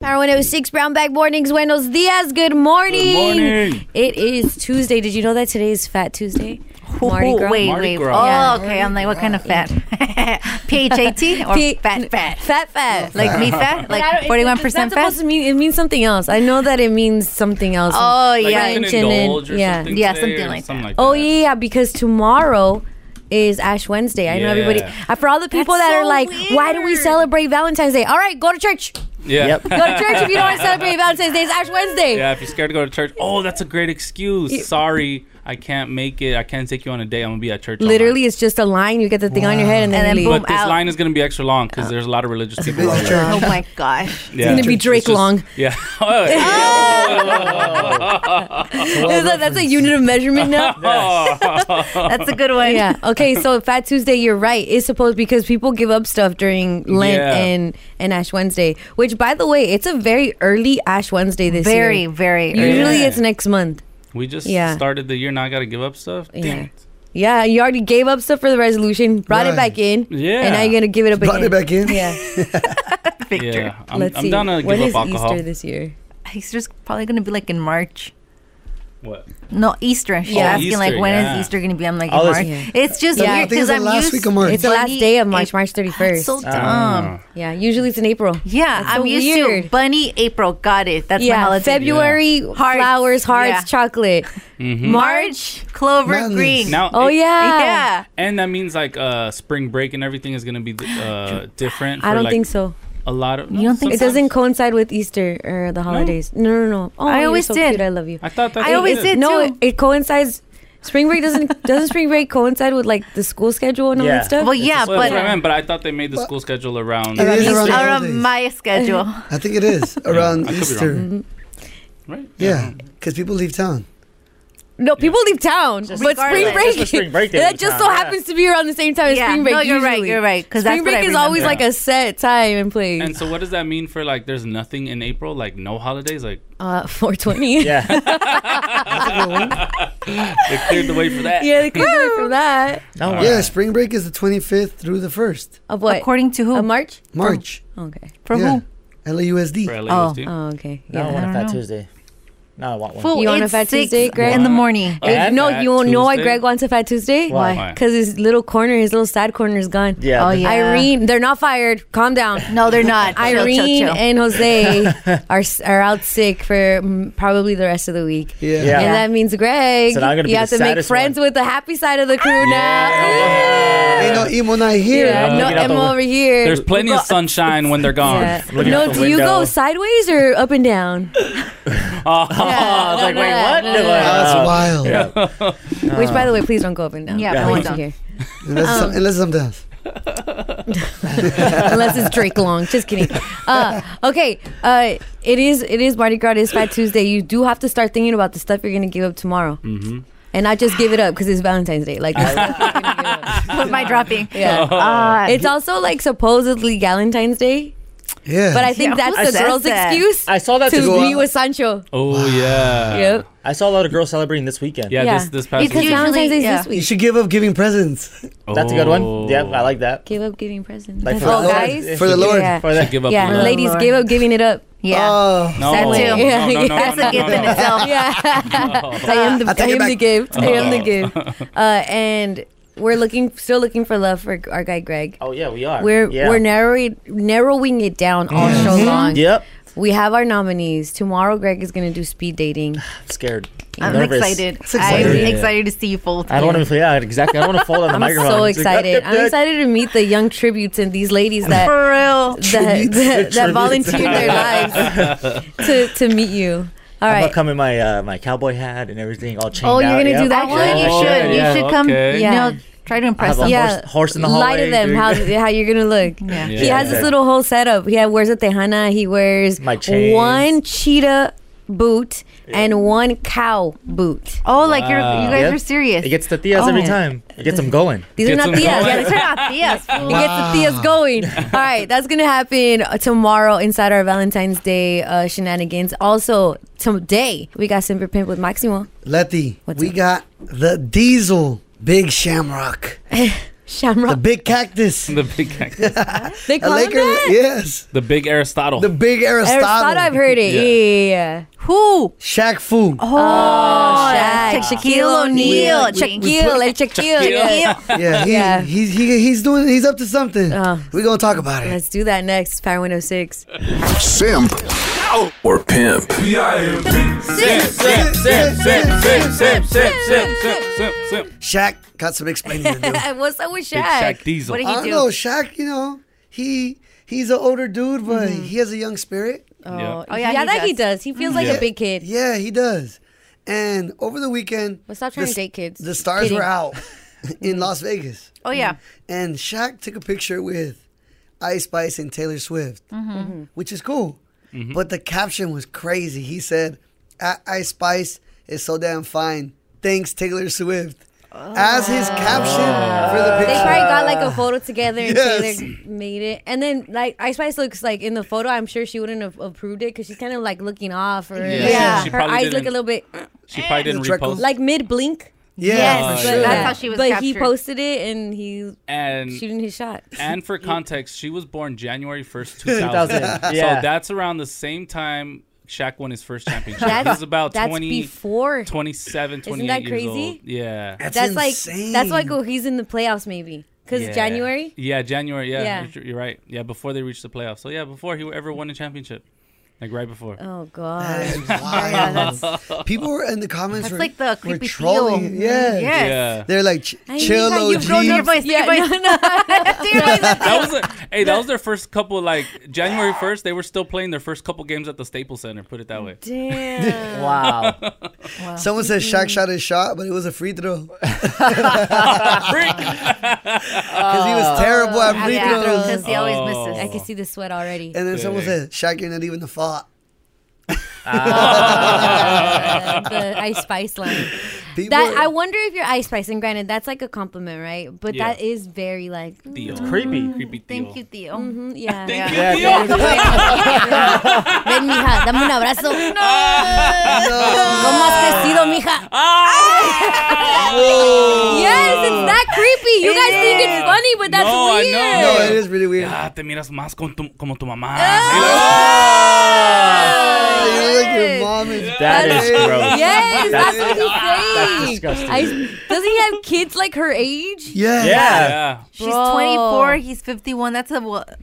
Power 106 Brown Bag Mornings. Buenos dias. Good morning. Good morning. It is Tuesday. Did you know that today is Fat Tuesday? Mardi Gras. Wait, Mardi wait. Gras. Oh, okay. I'm like, what kind of fat? PHAT or P- fat fat? Fat, fat. Like, Like me fat? I Like don't- it's- 41% it's not fat? supposed to mean, it means something else. I know that it means something else. Oh, Like yeah. you can French and then- indulge or yeah. something Yeah, today something or like something that. like Oh that. yeah, because tomorrow is Ash Wednesday. I know everybody. Yeah. uh, For all the people That's that are so like, why do we weird." celebrate Valentine's Day? All right, go to church. Yeah. Go to church if you don't want to celebrate Valentine's Day. It's Ash Wednesday. Yeah, if you're scared to go to church, oh, that's a great excuse. Sorry, I can't make it. I can't take you on a date. I'm gonna be at church. all night. Literally, it's just a line. You get the thing on your head, and then, And then you leave. Oh. But boom, this out. line is gonna be extra long because there's a lot of religious people. busy out there. church. Oh my gosh. Yeah. gonna be Drake just- long. Yeah. Oh, Ah. yeah. Is that- that's a unit of measurement now. That's a good one. yeah. Okay. So Fat Tuesday, you're right. Is supposed because people give up stuff during Lent Yeah. and and Ash Wednesday, which by the way, it's a very early Ash Wednesday this Very, year. very early. Usually, Yeah. it's next month. we just Yeah. started the year. Now I gotta give up stuff. Damn Yeah. it. Yeah, you already gave up stuff for the resolution, brought it Right. back in, Yeah. and now you're gonna give it up Brought again. it back in. Yeah, Victor. Yeah. I'm, let's I'm see. down to What give is up alcohol. Easter this year? Easter's probably going to be like in March. What? No, Easter. She's Yeah. asking Easter, like, when is yeah. Easter going to be? I'm like, Oh, in March. that's- It's just Yeah. I weird think because it's the I'm last used. week of March. It's the last day of March, March It's 31st. so Ah. dumb. yeah, usually it's in April. Yeah, That's I'm so used to weird. bunny April. Got it. That's my yeah, holiday. February flowers, hearts, Yeah. chocolate. Mm-hmm. March clover Madness. green. Now. Oh it- yeah, yeah. And that means like uh, spring break and everything is gonna be uh, different. I for, don't like, think so. A lot of. You don't think It so? doesn't coincide with Easter or the holidays. No, no, no. Oh, I you're always so did. Cute. I love you. I thought that. I they always did. did. no, it, too. it coincides. Spring break doesn't doesn't spring break coincide with like the school schedule and all Yeah. that stuff. Well, yeah, Well, that's what I but meant, but I thought they made the school schedule around. It is it's around the out of holidays. my schedule. I think it is around I could be Easter. Mm-hmm. Right? Yeah, because people leave town. No, people leave town, but spring Regardless. break. Just for spring break, they that leave just town, so yeah. happens to be around the same time as Yeah, spring break. no, you're right, usually. you're right, 'cause that's spring what break I is always like remember. a set time and place. And so, what does that mean for like? There's nothing in April, like no holidays. Like uh, 420. Yeah, Yeah. they cleared the way for that. they could do it from that. No one. Yeah, spring break is the 25th through the 1st Of what? According to who? Of March? March. Okay. For yeah. who? For LAUSD. LAUSD. Oh, okay. No, I Yeah. want I a don't Fat know. Tuesday. No, I want one. Fool, You want a it's Fat six Tuesday, Greg? in the morning. Oh, Fat no, you won't know why Tuesday? Greg wants a Fat Tuesday? Why? Why? Because his little corner, his little sad corner is gone. Yeah. Oh, yeah. Irene, they're not fired. Calm down. No, they're not. Chill, Irene chill, chill. and Jose are are out sick for mm, probably the rest of the week. Yeah. Yeah. And that means Greg, So now I'm gonna you be have the to make saddest friends one. with the happy side of the crew now. Ain't no emo not here. Yeah, I'm no looking out Emma the- over here. There's plenty of sunshine when they're gone. Yeah. Looking No, out the do you go window. sideways or up and down? Oh, I was like, wait, what? Yeah. Like, That's oh. wild. Uh. Which, by the way, please don't go up and down. Yeah, I please want don't. you here. Unless, Um. it's some, unless it's something else. Unless it's Drake Long. Just kidding. Uh, okay, uh, it is it is Mardi Gras. It's Fat Tuesday. You do have to start thinking about the stuff you're gonna give up tomorrow, mm-hmm. and not just give it up because it's Valentine's Day. Like. the stuff you're gonna give up. Put my dropping. Yeah. Oh. Ah. Uh, It's also like supposedly Valentine's Day, Yeah. but I think Yeah, who that's the says girl's that? excuse I saw that to too. be with Sancho. Oh yeah. Yep. I saw a lot of girls celebrating this weekend. Yeah, Yeah. This this past Because Usually, weekend. Valentine's Day is this yeah. you week. should give up giving presents That's a good Oh. one. Yeah, I like that. Give up giving presents. Like That's for all, the- Oh, guys. for the Lord. Yeah. For Should the, give up. yeah, on that. ladies, Lord. give up giving it up. yeah. Oh, No. that no, too. no, no, no, That's no, a gift no, in no. Oh. itself. Yeah. I am the, I I take it am the back. gift. I am the gift. Uh, and we're looking, still looking for love for our guy Greg. oh yeah, we are. We're yeah. we're narrowing narrowing it down all show Mm-hmm. long. Yep. We have our nominees tomorrow. Greg is gonna do speed dating. I'm scared. I'm nervous. excited. I'm exciting. excited to see you fold. I don't want to. Yeah, exactly. I don't want to fall on the I'm microphone. so It's like, excited. I'm excited to meet the young tributes and these ladies that For real. that, that, that Tributes. volunteered their lives to to meet you. All I'm right. gonna come in my uh, my cowboy hat and everything, all chained Oh, you're out, gonna yeah. do that Actually, one? you Oh, should. yeah, you yeah, should come. okay. Yeah. You know, try to I impress have a them. Yeah. horse, horse in the hallway. Lie to them dude. how how you're gonna look. Yeah. He Yeah. has this little whole setup. He had- wears a tejana. He wears My chains. one cheetah boot and one cow boot. Oh, like you're, you guys Yeah. are serious. It gets the tias Oh. every time. It gets them going. These are Gets not him theas. going. Yeah, These are not theas, It fool. gets the theas going. All right, that's gonna happen uh, tomorrow inside our Valentine's Day uh, shenanigans. Also today we got Simper Pimp with Maximo. Letty. What's we up? got the Diesel Big Shamrock. The Shamrock. big cactus. The big cactus. They A call him Laker. that? Yes. The big Aristotle. The big Aristotle. Aristotle, I've heard it. Yeah, yeah, yeah. Who? Shaq Fu. Oh, Shaq. Sha- Shaquille O'Neal. We- we- Shaquille. like Shaquille. Shaquille. Yeah. Yeah, he, Yeah. He's, he, he's doing he's up to something. Oh. We're gonna talk about it. Let's do that next. Power 106. Simp or pimp. Sip, sip, sip, sip, sip, sip, sip, sip, sip, sip, sip. Shaq got some explaining to do. What's up with Shaq? Shaq Diesel. What did I he don't do? know, Shaq. You know, he he's an older dude, but he has a young spirit. Yeah. Oh, yeah, Mm-hmm. yeah, he that he does. does. He feels like Yeah. a big kid. Yeah, he does. And over the weekend, But stop trying the to s- date kids. The stars Kidding. were out in Las Vegas, Mm-hmm. Oh, yeah. and Shaq took a picture with Ice Spice and Taylor Swift, Mm-hmm. which is cool. Mm-hmm. But the caption was crazy. He said, "I- "Ice Spice is so damn fine. Thanks, Taylor Swift." As his caption for Uh, the They picture. probably got like a photo together and Yes. Taylor made it. And then like Ice Spice looks like in the photo, I'm sure she wouldn't have approved it because she's kind of like looking off. Or, Yeah. Yeah. She her probably eyes look didn't- a little bit uh, She probably didn't Eh. The trickle. repost. like mid blink. yeah, Yes, oh, for but sure. that's how she was But he captured. posted it and he's and shooting his shot. and for context, she was born January first, two thousand. 2000, So yeah. that's around the same time Shaq won his first championship. he That's- was about that's 20, before. 27, 28 that years crazy? old. Yeah. That's, That's insane. like that's why go he's in the playoffs maybe because Yeah. January. Yeah, January. Yeah, Yeah. You're, you're right. Yeah, before they reached the playoffs. So yeah, before he ever won a championship, like right before. Oh That god. is wild. People were in the comments. That's were, like the were creepy trolling. feel. Yeah. Yes. Yeah. They're like, "Ch- I chill, hate how OG. you've grown Your up. voice, Yeah, your voice. no, no. That was a, hey, that was their first couple like January first. They were still playing their first couple games at the Staples Center. Put it that way. Damn. Wow. Someone said Shaq shot his shot, but it was a free throw because he Oh. was terrible at free Yeah, throws. because he always Oh. misses. Uh, I can see the sweat already. And then someone Dang. said, Shaq, you're not even the fault. Uh, the Ice Spice line. People, That I wonder if you're Ice Spice, and granted, that's like a compliment, right? But Yeah. that is very like, mm, Theo. Creepy. Creepy Theo. Thank you, Theo. mm, yeah. Thank Yeah, you, Theo. Ven, mija, dame un abrazo. ¿Cómo has crecido, mija? Ah. Yes, it's that creepy. You guys think it's funny, but that's No, I weird. know. no, it is really weird. Ah, te miras más con tu, como tu mamá. Ah. You look like your mom is That is Hey. gross. Yes, that's, That's- what he's saying. that's disgusting. I- doesn't he have kids like her age? Yeah. Yeah. Yeah. She's Bro. Mm-hmm. 24. He's 51. That's a what,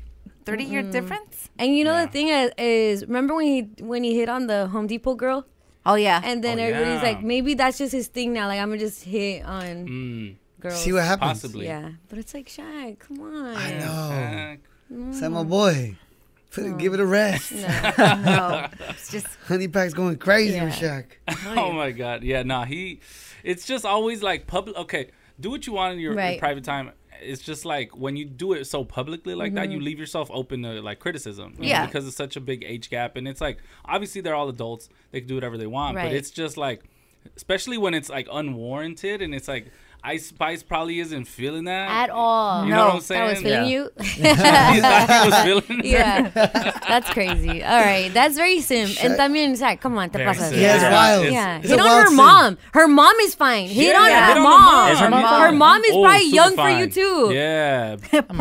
30 year difference? And you know the thing is, is remember when he when he hit on the Home Depot girl, Oh, yeah. and then Oh, everybody's yeah. like, maybe that's just his thing now. Like I'm gonna just hit on Mm, girls. See what happens. possibly. yeah, but it's like Shaq. Come on. Mm. I know. Uh, Said my boy. Put it, give it a rest. no, it's just Honey Pack's going crazy with Shaq. oh my god. Yeah. No. He. It's just always like public. Okay. Do what you want in your, your Right. private time. It's just like when you do it so publicly like Mm-hmm. that, you leave yourself open to like criticism. you know, Yeah. because it's such a big age gap, and it's like obviously they're all adults. They can do whatever they want. Right. But it's just like, especially when it's like unwarranted, and it's like Ice Spice probably isn't feeling that At all. You know what I'm saying? I was feeling He's you. not- he was feeling it. yeah. That's crazy. All right. That's very sim. And también, Zach, come on, te Very pasas. sim. Yeah, it's Yeah. wild. Yeah, It's hit a on wild her scene. mom. Her mom is fine. Hit Yeah, on hit her on the mom. mom. Is her mom Her fine? mom is Oh, probably super young for fine. you too. Yeah.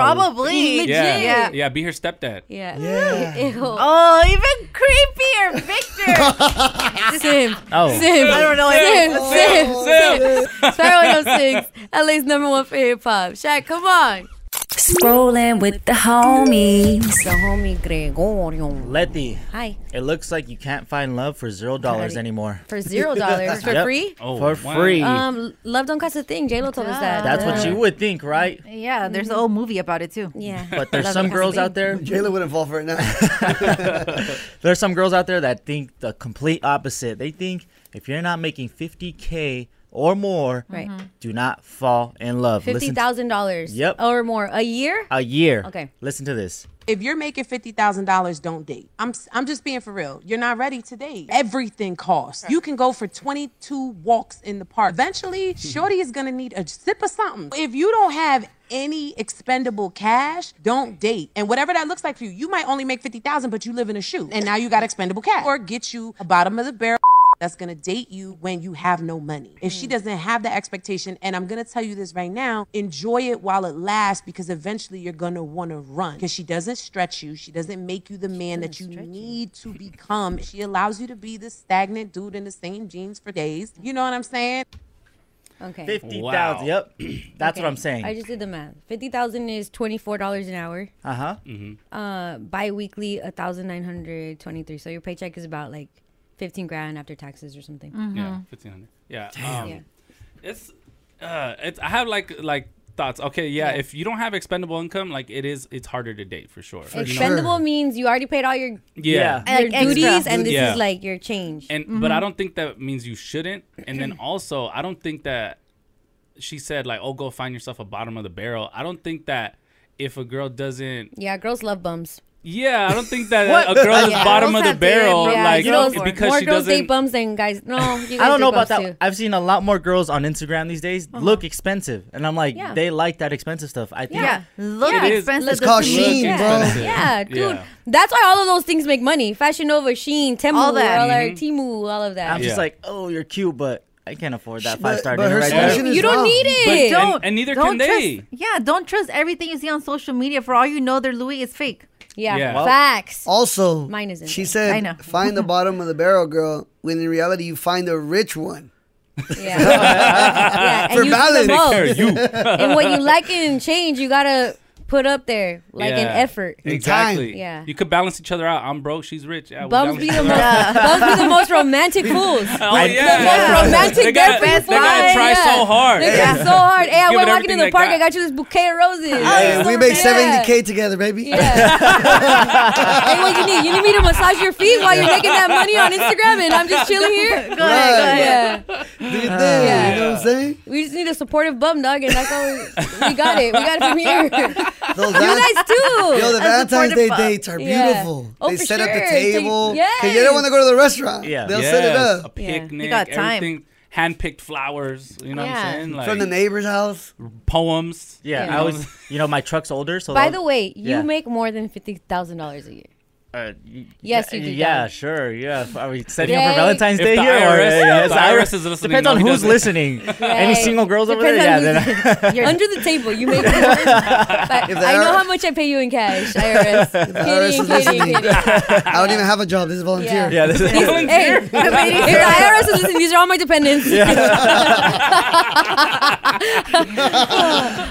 probably. Legit. Yeah. Yeah. yeah. Be her stepdad. Yeah. Yeah. Ew. Oh, even creepier, Victor. Sim. Oh. Sim. I don't know. Sim. Oh, Sim. Sim. Sim. Star 106. LA's number one for hip hop. Shaq, come on. Scrolling with the homies. The homie Gregorio. Letty, Hi. it looks like you can't find love for zero dollars anymore. For zero dollars for Yep. free. Oh, for wow. free. Um, love don't cost a thing. J Lo told us that. That's what Uh, you would think, right? yeah, there's an old movie about it too. Yeah. But there's Love some don't cost a girls thing. out there. Jayla wouldn't fall for it now. There's some girls out there that think the complete opposite. They think if you're not making 50k or more, Right. Mm-hmm. do not fall in love. Fifty Listen- thousand dollars. Yep. Or more a year. a year. Okay. Listen to this. If you're making fifty thousand dollars, don't date. I'm I'm just being for real. You're not ready to date. Everything costs. You can go for twenty two walks in the park. Eventually, shorty is gonna need a sip of something. If you don't have any expendable cash, don't date. And whatever that looks like for you, you might only make fifty thousand, but you live in a shoe, and now you got expendable cash. Or get you a bottom of the barrel. that's gonna date you when you have no money. If she doesn't have that expectation, and I'm gonna tell you this right now, enjoy it while it lasts because eventually you're gonna wanna run. Because she doesn't stretch you, she doesn't make you the man that you need to become. She allows you to be this stagnant dude in the same jeans for days. You know what I'm saying? Okay. Fifty Wow. thousand. Yep, that's what Okay. I'm saying. I just did the math. Fifty thousand is twenty four dollars an hour. uh huh. Mm-hmm. Uh, biweekly a thousand nine hundred twenty three. So your paycheck is about like fifteen grand after taxes or something. Mm-hmm. Yeah, fifteen hundred. Yeah. Um, Yeah. It's uh, it's I have like like thoughts. Okay, yeah, Yeah. If you don't have expendable income, like it is, it's harder to date for sure. you know? Expendable means you already paid all your, Yeah. Yeah. your Like extra. duties, and this Yeah. is like your change. And but I don't think that means you shouldn't. And then also, I don't think that she said like, "Oh, go find yourself a bottom of the barrel." I don't think that if a girl doesn't yeah, girls love bums. Yeah, I don't think that a girl is Yeah. bottom of the Girls have to admit barrel, that. like You know, girls, because more she girls date doesn't. bums than guys. No, you guys I don't date know about that. bums too. Uh-huh. I've seen a lot more girls on Instagram these days look expensive, and I'm like, Yeah. they like that expensive stuff. I think. Yeah. Look Yeah. It is- expensive. It's called doesn't mean Shein, shit. bro. expensive. Yeah, dude. Yeah. That's why all of those things make money. Fashion Nova, Shein, Temu, all, All that. all our Mm-hmm. Timu, all of that. I'm just Yeah. like, oh, you're cute, but I can't afford that But- five star but dinner her right solution there. is- You don't wrong. need But it. don't- and neither can don't they. Trust, yeah, don't trust everything you see on social media. For all you know, their Louis is fake. yeah, Yeah. Well- facts. Also, Mine isn't She there. said, I know. "Find the bottom of the barrel, girl." When in reality, you find a rich one. Yeah, ah, yeah. And For you do balance. the Take Care most. you. And what you like and change, you gotta put up there like an Yeah. effort. Exactly. Yeah. You could balance each other out. I'm broke. She's rich. Yeah, we Bums balance be each the other most. out. Bums be the most romantic fools. Oh yeah. most romantic They gotta, girlfriend they gotta fly, try yeah. so hard. They got so hard. Hey, I Give went it walking in everything the they park. I got. got you this bouquet of roses. Oh, Hey, we make Yeah. seventy k together, baby. Yeah. and what you need? You need me to massage your feet while you're making that money on Instagram, and I'm just chilling here. Go ahead, go ahead. Yeah, Do your thing. Yeah. You know what I'm saying? we just need a supportive bum dog, and that's all. We, we got it. We got it from here. Those You Val- guys too. Yo, the A Valentine's Day supportive, uh, dates are yeah. beautiful. Oh, they for set up the sure. So you- table. 'Cause you don't want to go to the restaurant. Yeah. They'll Yes, set it up. A Yeah. They picnic. got time. Everything. Handpicked flowers. You know Yeah. what I'm saying? Like From the neighbor's house. poems. Yeah, Yeah. I always, you know, my truck's older, so. By I'll- the way, you Yeah. make more than fifty thousand dollars a year. Uh, y- Yes, yeah, you do, Yeah, darling. sure. Yeah, F- are we setting up Yay. for Valentine's If Day the here? IRS yeah, yeah, if the it's IRS is listening, Depends no, on he who's doesn't. listening. Any Right. single girls over there? Depends Yeah, on then You're under the table. You make more. But If the I know IRS how much I pay you in cash, IRS. IRS is kidding, kidding, listening. kidding. I don't even have a job. This is volunteer. yeah. This is, Hey, if the IRS is listening, these are all my dependents. all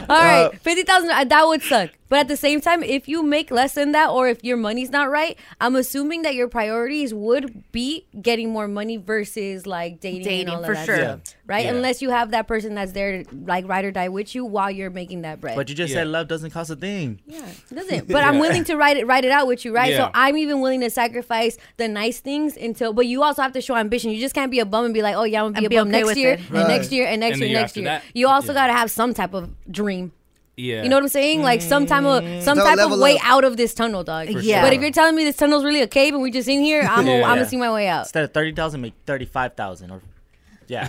right, fifty thousand. uh, That would suck. But at the same time, if you make less than that, or if your money's not right, I'm assuming that your priorities would be getting more money versus like dating, Dating, and all of for that sure. stuff, right? Yeah. Unless you have that person that's there, to, like ride or die with you while you're making that bread. but you just Yeah. said love doesn't cost a thing. Yeah, it doesn't. But I'm willing to write it write it out with you, right? Yeah. So I'm even willing to sacrifice the nice things until. But you also have to show ambition. You just can't be a bum and be like, oh yeah, I'm gonna And be a be bum okay next with year it. and Right. next year and next And the year year next after year. that. You also Yeah. gotta have some type of dream. Yeah. Mm. You know what I'm saying? Like some type of some Don't type of level way up. out of this tunnel, dog. For Yeah. sure. But if you're telling me this tunnel's really a cave and we just in here, I'm gonna Yeah. I'm gonna see my way out. Instead of thirty thousand, make thirty-five thousand. Or yeah,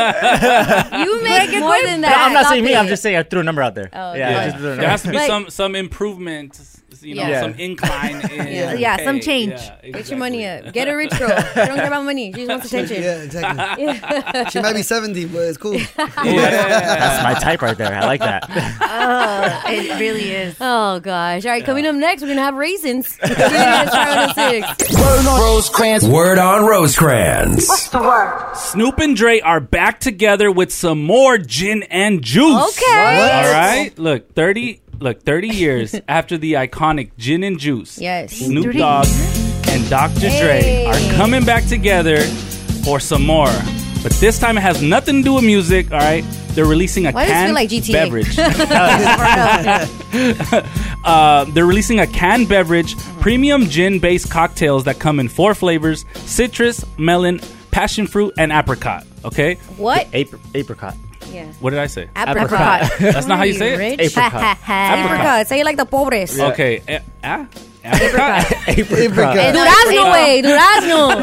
You make more than that. No, I'm not Stop saying me. I'm it. just saying I threw a number out there. Oh, yeah, okay. I Yeah. just threw a There number. has to be Like- some some improvement, you know, Yeah. some incline. In Yeah. Yeah, some pay. change. Yeah, Get your exactly. money up. Get a rich girl. She don't care about money. She just wants attention. Yeah, exactly. she might be 70, but it's cool. That's my type right there. I like that. Oh, it really is. Oh gosh! All right, coming up next, we're gonna have raisins. We're gonna get started at six. Word on Rosecrans. Snoop and Dre are back together with some more gin and juice. Okay. What? All right. Look, 30 look, 30 years after the iconic gin and juice. Yes. Snoop Dogg and Dr. Hey. Dre are coming back together for some more. But this time it has nothing to do with music, all right? They're releasing a Why does it canned feel like GTA? beverage. Uh, they're releasing a canned beverage, premium gin based cocktails that come in four flavors citrus, melon, passion fruit, and apricot. Okay? What? Apr- apricot. Yeah. What did I say? Apricot. That's not how you say it? Apricot. Apricot. Say it like the pobres. Okay. eh, ah? Apricot? Apricot. Durazno way. Durazno.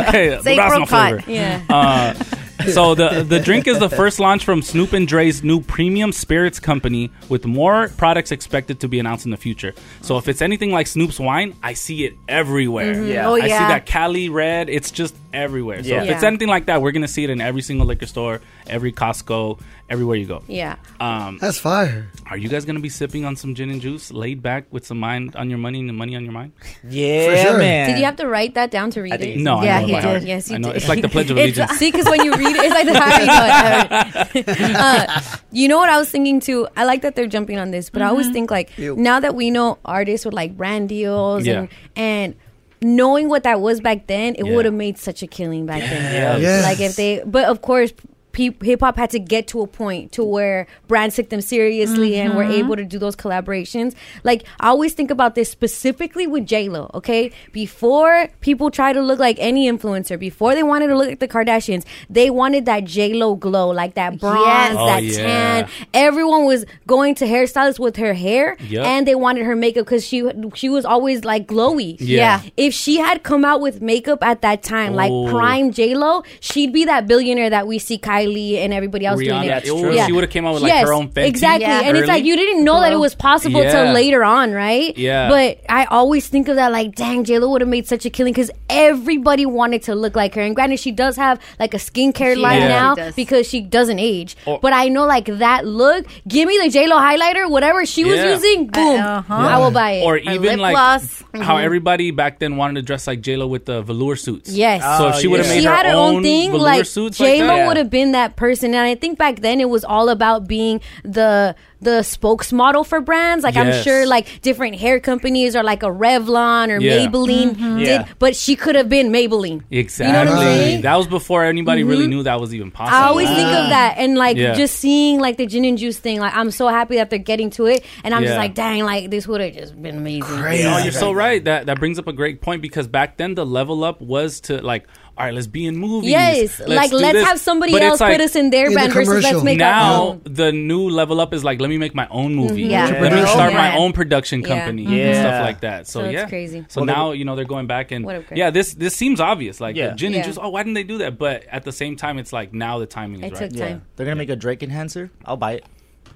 okay. Say durazno apricot. flavor. yeah. Uh, so the the drink is the first launch from Snoop and Dre's new premium spirits company, with more products expected to be announced in the future. So if it's anything like Snoop's wine, I see it everywhere. Mm-hmm. Yeah. Oh, I see yeah. that Cali Red. It's just everywhere. So Yeah. if it's Yeah. anything like that, we're gonna see it in every single liquor store, every Costco, everywhere you go. Yeah. Um, That's fire. are you guys gonna be sipping on some gin and juice, laid back with some mind on your money and the money on your mind? Yeah, sure. man. Did you have to write that down to read think it? No, Yeah, I know he by did. heart. Yes, you I know. did. It's like the Pledge of It's- Allegiance. See, because when you read it, it's like the Harry Potter. uh, you know what I was thinking too? I like that they're jumping on this, but I always think like Ew. now that we know artists with like brand deals Yeah. and and knowing what that was back then, it Yeah. would have made such a killing back then. Yes. Like if they, but of course. Hip hop had to get to a point to where brands took them seriously and were able to do those collaborations. Like I always think about this specifically with J Lo. Okay, before people try to look like any influencer, before they wanted to look like the Kardashians, they wanted that J Lo glow, like that bronze, Yes. Oh, that yeah. tan. Everyone was going to hairstylists with her hair, Yep. and they wanted her makeup because she she was always like glowy. Yeah. Yeah. If she had come out with makeup at that time, Oh. like prime J Lo, she'd be that billionaire that we see Kylie and everybody else Rihanna. doing. Yeah, it. it's true. She would've came out with, like, her own Fenty Exactly, Yeah. and it's like early. you didn't know that it Glow. was possible Yeah. till later on, right? Yeah. But I always think of that like, dang, J Lo would have made such a killing because everybody wanted to look like her. And granted, she does have like a skincare She line does. now She does. because she doesn't age. Or- but I know like that look. Give me the J Lo highlighter, whatever she was Yeah. using. Boom, uh-huh. I will buy it. or Or even lip like gloss. Mm-hmm. how Mm-hmm. everybody back then wanted to dress like J Lo with the velour suits. Yes. So Oh, if she would have yeah. made she her, had her own, thing. velour Like suits J Lo like that, would have been that person, and I think back then it was all about being the the spokesmodel for brands. Like I'm Yes. sure like different hair companies or like a Revlon or Yeah. Maybelline Mm-hmm. did, Yeah. but she could have been Maybelline. Exactly. You know what I'm saying? Mm-hmm. That was before anybody really knew that was even possible. I always think of that and like Yeah. just seeing like the gin and juice thing. Like I'm so happy that they're getting to it, and I'm Yeah. just like, dang, like this would have just been amazing. Crazy. Oh, you're so right. That that brings up a great point because back then the level up was to like, all right, let's be in movies. Yes, Let's like do let's this." have somebody But it's else like, put us in their In the brand versus commercial. let's make our now own. Mm-hmm. the new level up is like let me make my own movie Yeah. let Mm-hmm. me Entrepreneurship. start my Yeah. own production company and Yeah. stuff like that so, So it's yeah crazy. so Well, they- now you know they're going back and What a great- yeah this this seems obvious like Yeah. the gin and Yeah. juice oh why didn't they do that but at the same time it's like now the timing is It right took Yeah. time. They're gonna make a Drake enhancer. I'll buy it.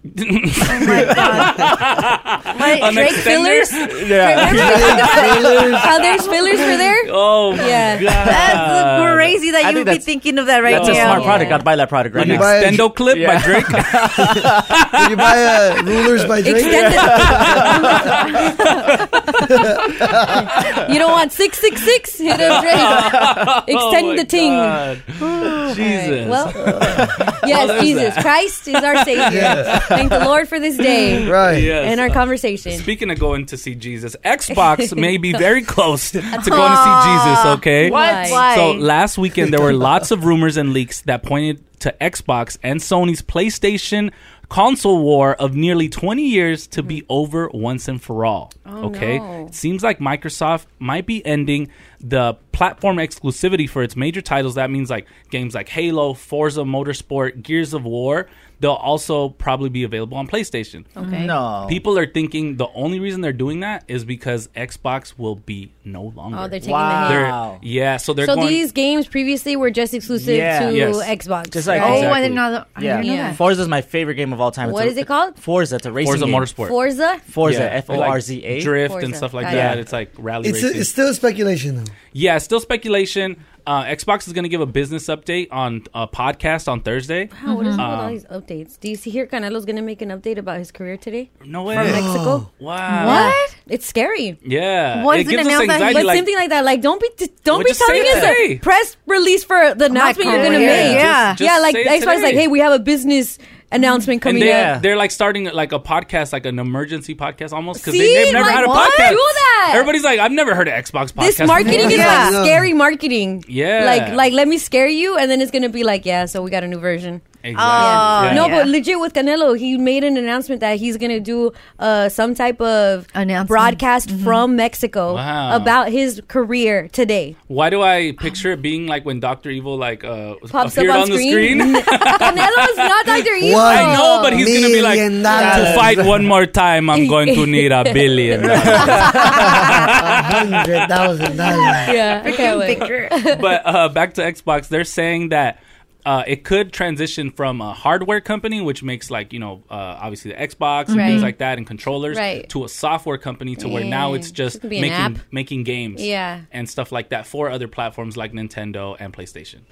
An Drake extender? fillers? How Oh, there's fillers for there? oh my Yeah. That's god crazy that I you think would be that's- thinking of that right That's a now. smart product. I'd buy that product right an now. buy a- extendo clip by Drake Did you buy uh, rulers by Drake? you don't want 666? Hit up Drake. Extend Oh my the ting. God. Jesus Well, yes, Jesus Christ is our Savior. Thank the Lord for this day Right. Yes. and our conversation. Speaking of going to see Jesus, Xbox may be very close to going to see Jesus, okay? Why? Why? So last weekend, there were lots of rumors and leaks that pointed to Xbox and Sony's PlayStation console war of nearly 20 years to be over once and for all. okay? Mm-hmm. Oh, no. It seems like Microsoft might be ending the platform exclusivity for its major titles. That means like games like Halo, Forza Motorsport, Gears of War. They'll also probably be available on PlayStation. No. People are thinking the only reason they're doing that is because Xbox will be no longer. Oh, they're taking Wow. the hit. They're- yeah, so they're So going. these games previously were just exclusive Yeah. to Yes. Xbox. Just like- right? Oh, Exactly. I didn't know. that- I Yeah. didn't know Yeah. that. Forza is my favorite game of all time. What What is is it called? Forza. It's a racing Forza game. Motorsport. Forza. Forza. Yeah. F O Like R Z A. drift Forza. and stuff like Got it. that. Yeah. It's like rally It's, racing. it's still speculation though. yeah, it's still speculation. Uh, Xbox is going to give a business update on a podcast on Thursday. Um, Wow, what is up Uh-huh. with all these updates? Do you see here Canelo's going to make an update about his career today? No way. From Mexico? Wow. What? It's scary. Yeah. What it is it gives us announced that he- anxiety. But like, something like that, like don't be t- don't Well, be just say telling it us today. a press release for the announcement you're gonna career. make. Yeah. Just- yeah, just like say it Xbox is like, today. hey, we have a business announcement and coming they, up. Yeah. they're like starting like a podcast, like an emergency podcast almost, because See? they, have never Like, had a what? podcast. Do that. Everybody's like, I've never heard of Xbox podcast. This marketing before. is Yeah. like scary marketing. Yeah. Like like let me scare you and then it's gonna be like, yeah, so we got a new version. Exactly. Oh, Yeah. Um, no, yeah. but legit with Canelo, he made an announcement that he's gonna do uh, some type of Announcement. broadcast from Mexico Wow. about his career today. Why do I picture it being like when Doctor Evil like uh, Pops appeared up on, on, the screen? Canelo is not Dr. Evil. Why? I know, but he's gonna be like Million to dollars. fight one more time. I'm going to need a billion. Hundred thousand dollars. yeah, I can't wait. but uh, back to Xbox, they're saying that. uh, it could transition from a hardware company, which makes like you know uh, obviously the Xbox and Right. things like that and controllers, Right. to a software company to where now Yeah. it's just It could be an making app. making games, Yeah. and stuff like that for other platforms like Nintendo and PlayStation.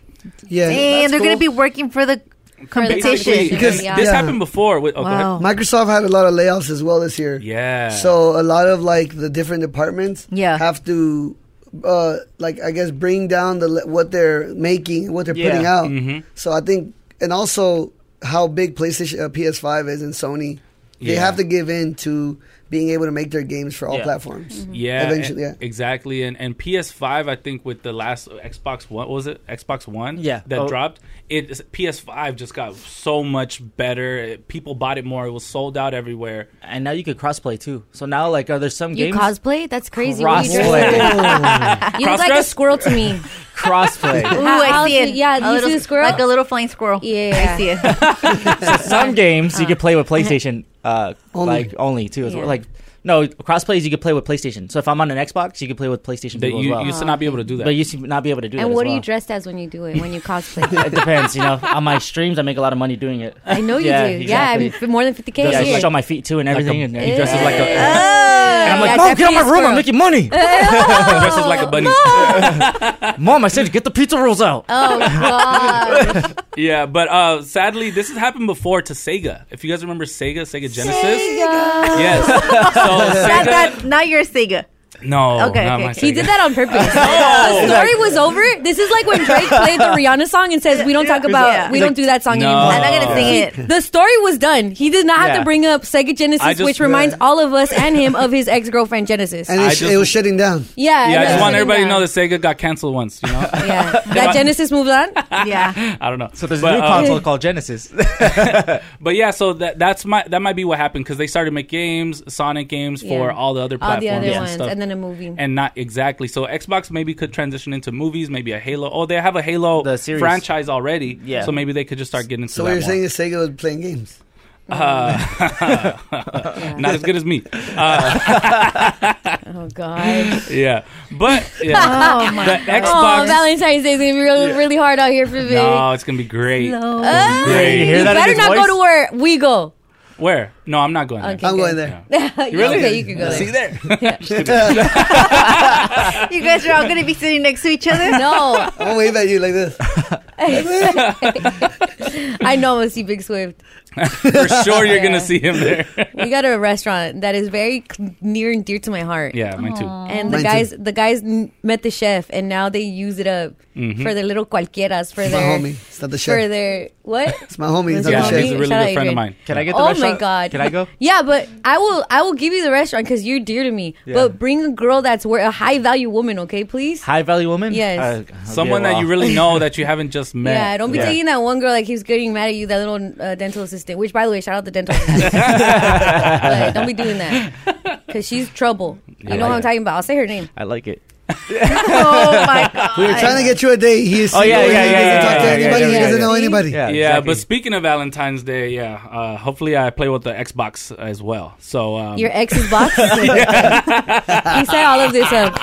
Yeah, and that's they're going to cool. be working for the competition. Basically, Because- and this yeah. happened before. With, oh, go ahead. Wow. Microsoft had a lot of layoffs as well this year. Yeah. So a lot of like the different departments Yeah. have to uh like I guess bring down the le- what they're making, what they're Yeah. Mm-hmm. putting out. Mm-hmm. So I think and also how big PlayStation uh, PS5 is and Sony. They Yeah. have to give in to being able to make their games for all Yeah. platforms. yeah, Eventually, and- yeah. exactly. And and PS5, I think with the last Xbox One, what was it Xbox One? Yeah. that Oh. dropped. It PS5 just got so much better. It- people bought it more. It was sold out everywhere. and now you could crossplay too. So now, like, are there some You games cosplay? That's crazy. What are you dressed crossplay? up? You look like a Cross-dress? squirrel to me. crossplay. Ooh, How- I how's see it. it- A yeah, you see little, the squirrel? Like a little flying squirrel. Yeah. I see it. some games you could play with PlayStation, uh, Only. like only too. As well. Yeah. Like no crossplays, you could play with PlayStation. So if I'm on an Xbox, you could play with PlayStation That people you as well. used to not be able to do that. but you used to not be able to do that. And as what are well. you dressed as when you do it? When you cosplay? It depends, you know. on my streams, I make a lot of money doing it. I know you Yeah, do. exactly. Yeah, I'm f- more than 50k Yeah, a I year. show my feet too and everything. and he dresses like a. Oh, and I'm like, mom, get out my room! I'm making money. Dresses like a bunny. mom, I said, get the pizza rolls out. Oh god! yeah, but uh, sadly, this has happened before to Sega. If you guys remember Sega, Sega Genesis. Yes. Not So that. Not your Sega. Sega. No. Okay, not okay, my okay. He Sega. did that on purpose. The story was over. This is like when Drake played the Rihanna song and says, "We don't talk about, Yeah. we don't do that song No. anymore." I'm not gonna sing it. The story was done. He did not have Yeah. to bring up Sega Genesis, I just- which reminds Yeah. all of us and him of his ex girlfriend Genesis. And I it, sh- just- it was shutting down. yeah, Yeah, I just that's want really everybody to bad. know that Sega got canceled once. You know, Yeah, that Genesis moved on. Yeah. I don't know. So there's But, a new uh, console called Genesis. But yeah, so that that's my that might be what happened because they started to make games, Sonic games for Yeah. all the other All platforms the other and ones, stuff, and then a movie. And not exactly. So Xbox maybe could transition into movies, maybe a Halo. Oh, they have a Halo The series. franchise already. Yeah. So maybe they could just start getting into So that. what you're more. saying is Sega was playing games. Uh, not as good as me. Uh, oh god! Yeah, but yeah, Oh my. the Oh, Xbox. Valentine's Day is gonna be really, really hard out here for me. no, it's gonna be great. Ah, Yeah, you hear that in better his not go voice? to where we go. Where? No, I'm not going. there. Okay. I'm going there. really? Okay, you can go See there. there. You guys are all going to be sitting next to each other. No, I'm gonna wave at you like this. I know I'm gonna see Big Swift. For sure, you're Yeah. gonna see him there. We got a restaurant that is very c- near and dear to my heart. yeah, mine too. And the Mine guys, the guys n- met the chef, and now they use it up Mm-hmm. for their little cualquieras for It's my their homie. It's not the for chef. their what? It's my homie. It's not Yeah, Yeah, the he's a chef. Shout really out good friend of Adrian. mine. Can I get the Oh my restaurant? god! Can I go? Yeah, but I will. I will give you the restaurant because you're dear to me. But bring a girl that's wor- a high value woman, okay, please. High value woman. Yes. Uh, okay, Someone that well. you really know that you haven't just met. Yeah, don't be taking that one girl like he was getting mad at you, that little uh, dental assistant. Which, by the way, shout out the dental assistant. Like, don't be doing that because she's trouble. You know what I'm talking about. I'll say her name. I like it. Oh my god. We were trying to get you a date. He's oh, yeah, yeah, yeah, he yeah, doesn't yeah, talk to yeah, anybody. yeah, he yeah, doesn't know yeah. anybody. Yeah. Yeah, exactly. but speaking of Valentine's Day, yeah, uh, hopefully I play with the Xbox as well. So um, Your ex's box. he set all of this up.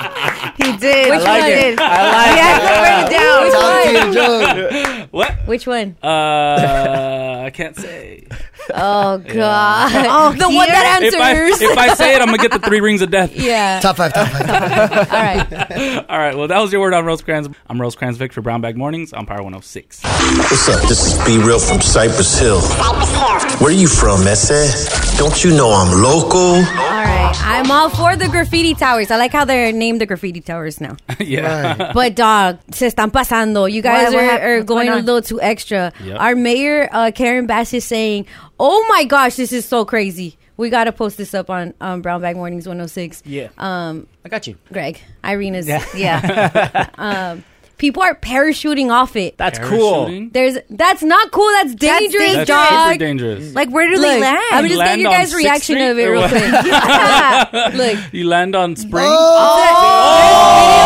He did. Which he one? did. I He like has to break it down. Talk to your joke. what? Which one? Uh, I can't say. Oh God! Oh, the one here? that If I answers. if I say it, I'm gonna get the three rings of death. yeah. Top five, top five. All right. All right. Well, that was your word on Rosecrans. I'm Rosecrans Vic for Brown Bag Mornings on Power 106. What's up? This is Be Real from Cypress Hill. Where you from, Messe? Don't you know I'm local? All right. I'm all for the graffiti towers. I like how they're named the graffiti towers now. yeah. But dog, se están pasando. You guys Why, what are, hap- are what's going going a on? little too extra. Yep. Our mayor, uh, Karen Bass, is saying, "Oh my gosh, this is so crazy. We got to post this up on um, Brown Bag Mornings 106." Yeah. Um, I got you. Greg, Irina's. Um, Yeah. People are parachuting off it. That's cool. Parachuting? There's that's not cool. That's dangerous, dangerous. That's dog. super dangerous. like, where do Look, they land? I'm just Land getting your on guys' Sixth reaction Street of it or real what? quick. Yeah. Look, You land on spring. Oh!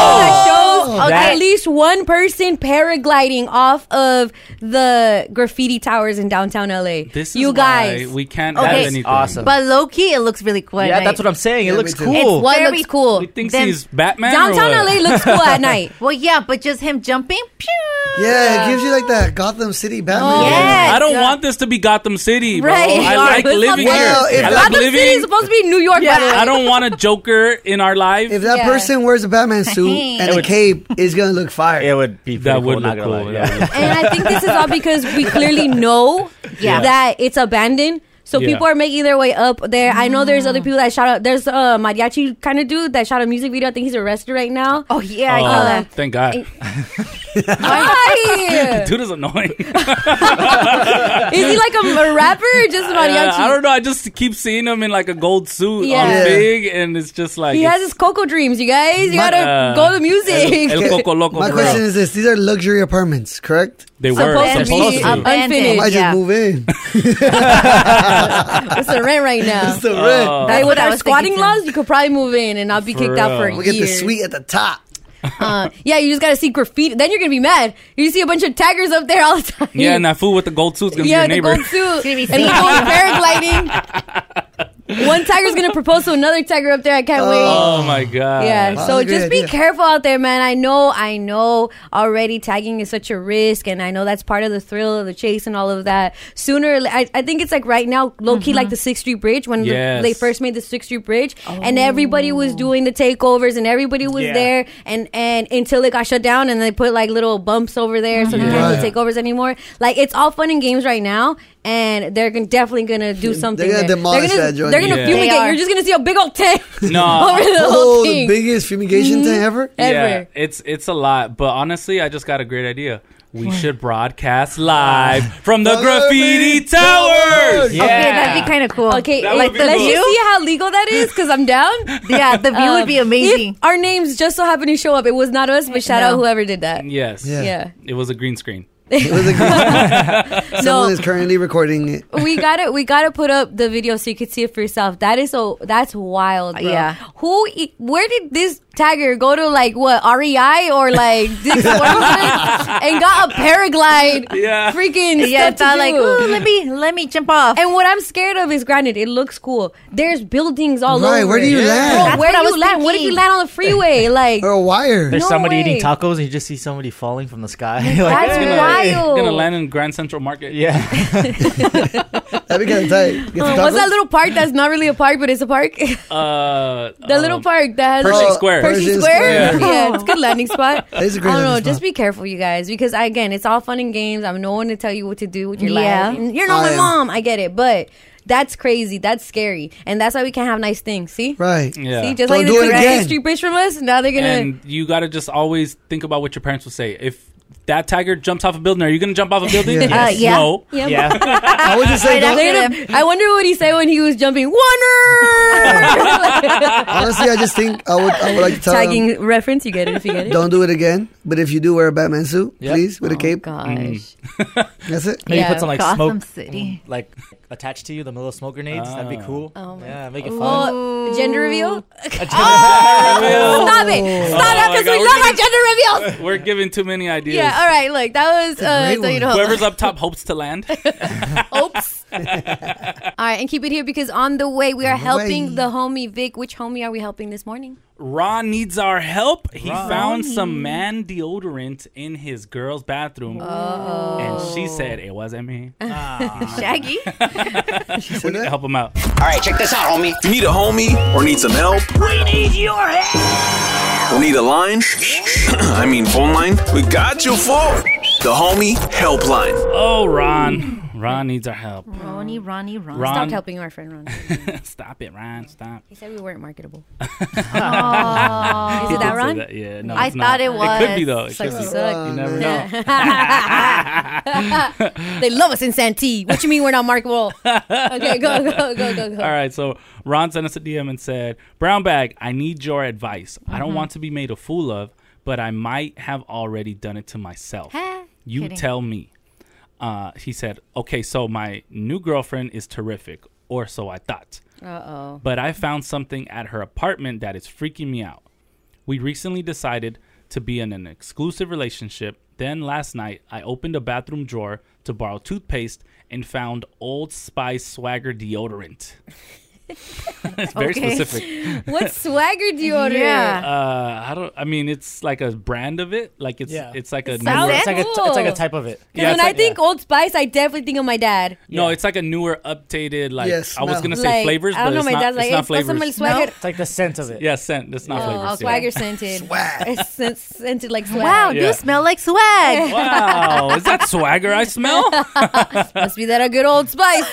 Oh, that shows uh, That at least one person paragliding off of the graffiti towers in downtown LA. This is you why guys. we can't have anything. But low key, it looks really cool. at Yeah, night. that's what I'm saying. It looks cool. It's What very looks cool? You think Then- he's Batman? Downtown or what? LA looks cool at night. Well, yeah, but just him jumping. Pew! Yeah, it gives you like that Gotham City Batman. Oh, yes. I don't Yeah. want this to be Gotham City, bro. Right. I like It's living not- here. Well, if I like Gotham City is living. supposed to be New York, by the way. I don't want a Joker in our life. If that Yeah. person wears a Batman suit and a cape, it's gonna look fire. It would be that pretty would cool, not look gonna cool. lie, That yeah. would look- and I think this is all because we clearly know Yeah. that it's abandoned. So Yeah. people are making their way up there. I know there's Mm. other people that shot up. There's a mariachi kind of dude that shot a music video. I think he's arrested right now. Oh yeah, I Oh, saw that. thank God. Why? Dude is annoying. is he like a, a rapper or just a mariachi? Uh, I don't know. I just keep seeing him in like a gold suit, Yeah. all Yeah. big, and it's just like He has it's- his cocoa dreams, you guys. You gotta Uh, go to music. El Coco Loco. My bro. question is this: These are luxury apartments, correct? they were supposed to supposed be to. up- I unfinished. might Yeah. just move in. What's the rent right now? It's the rent. Oh. Like, with I our was squatting thinking too. laws, you could probably move in and not be For kicked out for a real. We year. get the suite at the top. Uh, yeah, you just gotta see graffiti. Then you're gonna be mad. You see a bunch of taggers up there all the time. yeah, and that fool with the gold suit's gonna yeah, be your the gold neighbor. suit. gonna be and the gold paragliding. One tiger's gonna propose to another tiger up there. I can't wait. Oh my god. Yeah, Wow, so that's a great just be idea. careful out there, man. I know, I know already tagging is such a risk, and I know that's part of the thrill of the chase and all of that. Sooner, or la- I, I think it's like right now, low key, Mm-hmm. like the 6th Street Bridge when the- Yes. they first made the 6th Street Bridge, and everybody Oh. was doing the takeovers, and everybody was Yeah. there, and, and until it got shut down, and they put like little bumps over there, so they Yeah. can't do takeovers anymore. Like, it's all fun and games right now. And they're gon- definitely gonna do something. gonna there. demolish they're that gonna, joint. they're gonna Yeah. fumigate. They are. You're just gonna see a big old tent No. over the whole Oh, thing. the biggest fumigation thing ever. Yeah, ever. it's it's a lot, but honestly, I just got a great idea. We should broadcast live from the The graffiti graffiti towers. towers. Yeah, Okay, that'd be kind of cool. Okay, That like would be let's cool. just see how legal that is because I'm down. yeah, the view would be Um, amazing. if our names just so happen to show up. It was not us, but shout No. out whoever did that. yes. Yeah. Yeah. It was a green screen. It was like someone No, is currently recording it. we gotta we gotta put up the video so you can see it for yourself. That is so that's wild. Bro. Yeah. Who? e- Where did this tiger go to? Like what? REI or like this and got a paraglide? Yeah. Freaking yeah, I stuff to thought like, do. ooh, let me let me jump off. And what I'm scared of is, granted, it looks cool. There's buildings all Right, over. where do you it. land? Bro, That's where what I do you was land? What if you thinking. land on the freeway? Like, Or a wire. There's No somebody way. eating tacos and you just see somebody falling from the sky. like, that's yeah. wild. Gonna land in Grand Central Market. yeah. That'd be kind of tight. Get Uh, some What's tacos? that little park that's not really a park, but it's a park? the Uh, little um, park that has Pershing Oh, Square. Pershing Pershing Square. Square. Yeah. it's a good landing spot. That is a great I don't know. landing Just spot. be careful, you guys, because I- again, it's all fun and games. I'm no one to tell you what to do with your Yeah. life. And You're not I my am. mom. I get it, but that's crazy. That's scary, and that's why we can't have nice things. See, Right. Yeah. see, just Don't like they do it took again. the street bridge from us. Now they're gonna. and you got to just always think about what your parents will say. If that tiger jumps off a building, are you going to jump off a building? Yeah. Uh, yeah. No. yeah. I would just say, Right don't, after- Later, I wonder what he said when he was jumping. Wonder. honestly, I just think I would. I would like to tell them, Tagging reference, you get it if you get it. don't do it again. But if you do wear a Batman suit, please with a cape. Oh, Mm. Gosh, That's it. Maybe Yeah, put some like Gotham smoke, City. like attached to you, the little smoke grenades. That'd be cool. Oh my yeah, make it fun. well, gender reveal. Oh, reveal. Stop it! Oh Stop my it! God, Because we we're love gonna- our gender reveals. We're giving too many ideas. Yeah. All right. Look, that was uh, great so you one. know. Whoever's up top hopes to land. Oops. all right, and keep it here because on the way we are the helping way. the homie Vic. Which homie are we helping this morning? Ra needs our help. He found some man deodorant in his girl's bathroom. And she said it wasn't me. Ah. Shaggy. we need to help him out. All right, check this out, homie. Need a homie or need some help? We need your help. Need a line? I mean, phone line? We got you for the homie helpline. Oh, Ron. Ron needs our help. Ronnie, Ronnie, Ronnie. Ron. Stop helping our friend Ron. Stop it, Ron. Stop. He said we weren't marketable. Oh, Is it that Say Ron? that- Yeah, no, I it's not. thought it It could be, was. though. It Sucks could to be. suck. You never know. They love us in Santee. What you mean we're not marketable? Okay, go, go, go, go, go. All right, so Ron sent us a DM and said, Brown Bag, I need your advice. I Mm-hmm. don't want to be made a fool of, but I might have already done it to myself. Huh? you Kidding. tell me. Uh, he said, Okay, so my new girlfriend is terrific, or so I thought. Uh-oh. But I found something at her apartment that is freaking me out. We recently decided to be in an exclusive relationship. Then last night, I opened a bathroom drawer to borrow toothpaste and found Old Spice Swagger deodorant. it's very Okay. specific. What swagger deodorant? Uh, I don't. I mean, it's like a brand of it. Like it's Yeah. it's like a It newer, sounds It's like a- it's like a cool. type of it. Because when I think Old Spice, I definitely think of my dad. No, it's like a newer, updated. Like Yes, I was smell. gonna say Like, flavors, I but don't know, it's my not. dad's like, it's not "It's not flavors. somebody swagger." No, it's like the scent of it. Yeah, scent. It's not Oh, flavors. yeah. swagger scented. Swag. It's, it's scented like swag. Wow, Yeah. you smell like swag. Wow, Oh, is that swagger I smell? Must be that a good Old Spice.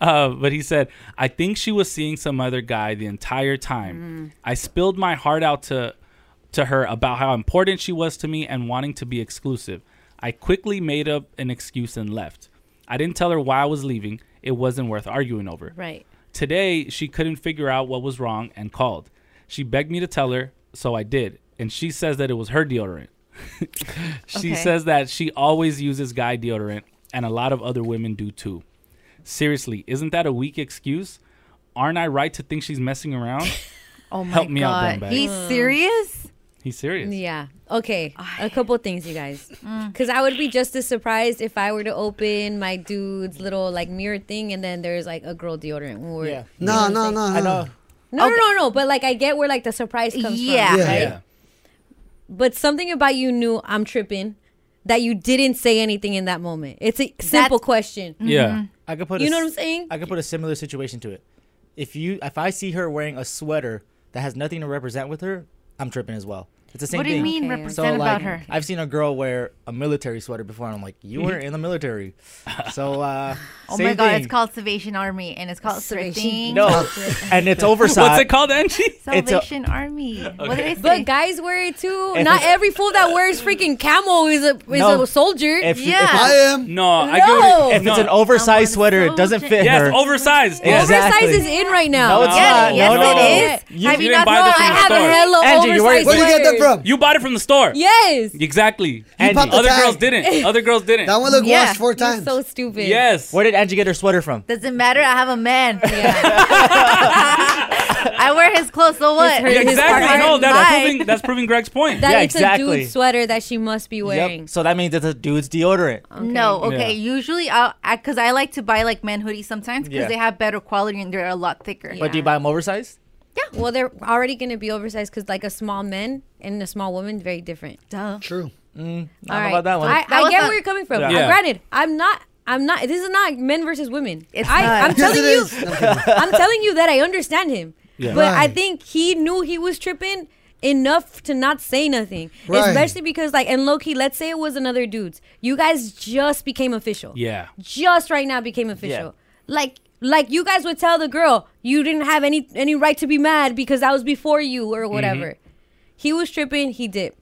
Uh, but he said, I think she was seeing some other guy the entire time. I spilled my heart out to to her about how important she was to me and wanting to be exclusive. I quickly made up an excuse and left. I didn't tell her why I was leaving. It wasn't worth arguing over. Right. Today, she couldn't figure out what was wrong and called. She begged me to tell her, so I did. And she says that it was her deodorant. she Okay. says that she always uses guy deodorant, and a lot of other women do too. Seriously, isn't that a weak excuse? Aren't I right to think she's messing around? Oh my Help me out, god, Dumbass. he's Mm. serious. He's serious. Yeah. Okay. A couple things, you guys. Mm. Because I would be just as surprised if I were to open my dude's little like mirror thing and then there's like a girl deodorant. Or, Yeah. No, no, no, no. I know. No, no, no, no. But like, I get where like the surprise comes Yeah. from. Yeah. right? Yeah. But something about you knew I'm tripping that you didn't say anything in that moment. It's a simple question. Mm-hmm. I could put. Mm-hmm. You a know s- what I'm saying? I could put a similar situation to it. If you, if I see her wearing a sweater that has nothing to represent with her, I'm tripping as well. It's the same What do thing. you mean Okay. represent so, about like, her? I've seen a girl wear a military sweater before, and I'm like, you were in the military. So, uh, Oh same my god, thing. it's called Salvation Army and it's called Salvation. no, and it's oversized. What's it called, Angie? Salvation Army. What did I say? But guys wear it too. If Not it's- every fool that wears freaking camo is a is No. a soldier. If you- if yeah. it's- I am. No, I get what it- If it's no. an oversized sweater, it doesn't fit Yes, her. oversized. Exactly. Oversize is in right now. No, it's Get it. not. Yes, no, no, it no. is. Have you not known? I have a hella Angie, you oversized Where wear- you get that sweater. You bought it from the store. Yes. Exactly. Angie. popped the Other tag. girls didn't. Other girls didn't. That one looked Yeah. washed four times. So stupid. Yes. Where did Angie get her sweater from? Doesn't matter. I have a man. I wear his clothes. So what? Yeah, exactly. No, that's Mine. proving that's proving Greg's point. That Yeah, it's a exactly. dude sweater that she must be wearing. Yep. So that means it's a dude's deodorant. No, okay. Usually, I'll because I, like to buy like men hoodies sometimes because Yeah. they have better quality and they're a lot thicker. But do you buy them oversized? Yeah. Well, they're already going to be oversized because like a small man and a small woman very different. Duh. True. All Mm, I don't right. know about that one. I, I get where you're coming from. Yeah. Uh, Yeah. granted, I'm not. I'm not. This is not men versus women. I, not. I'm Yes, telling it you. is. I'm telling you that I understand him. Yeah. But I Right. think he knew he was tripping enough to not say nothing, Right. especially because like and low key. Let's say it was another dude's. You guys just became official. Oh. Yeah. Just right now became official. Like. Like you guys would tell the girl you didn't have any any right to be mad because that was before you or whatever. Mm-hmm. He was tripping. He did.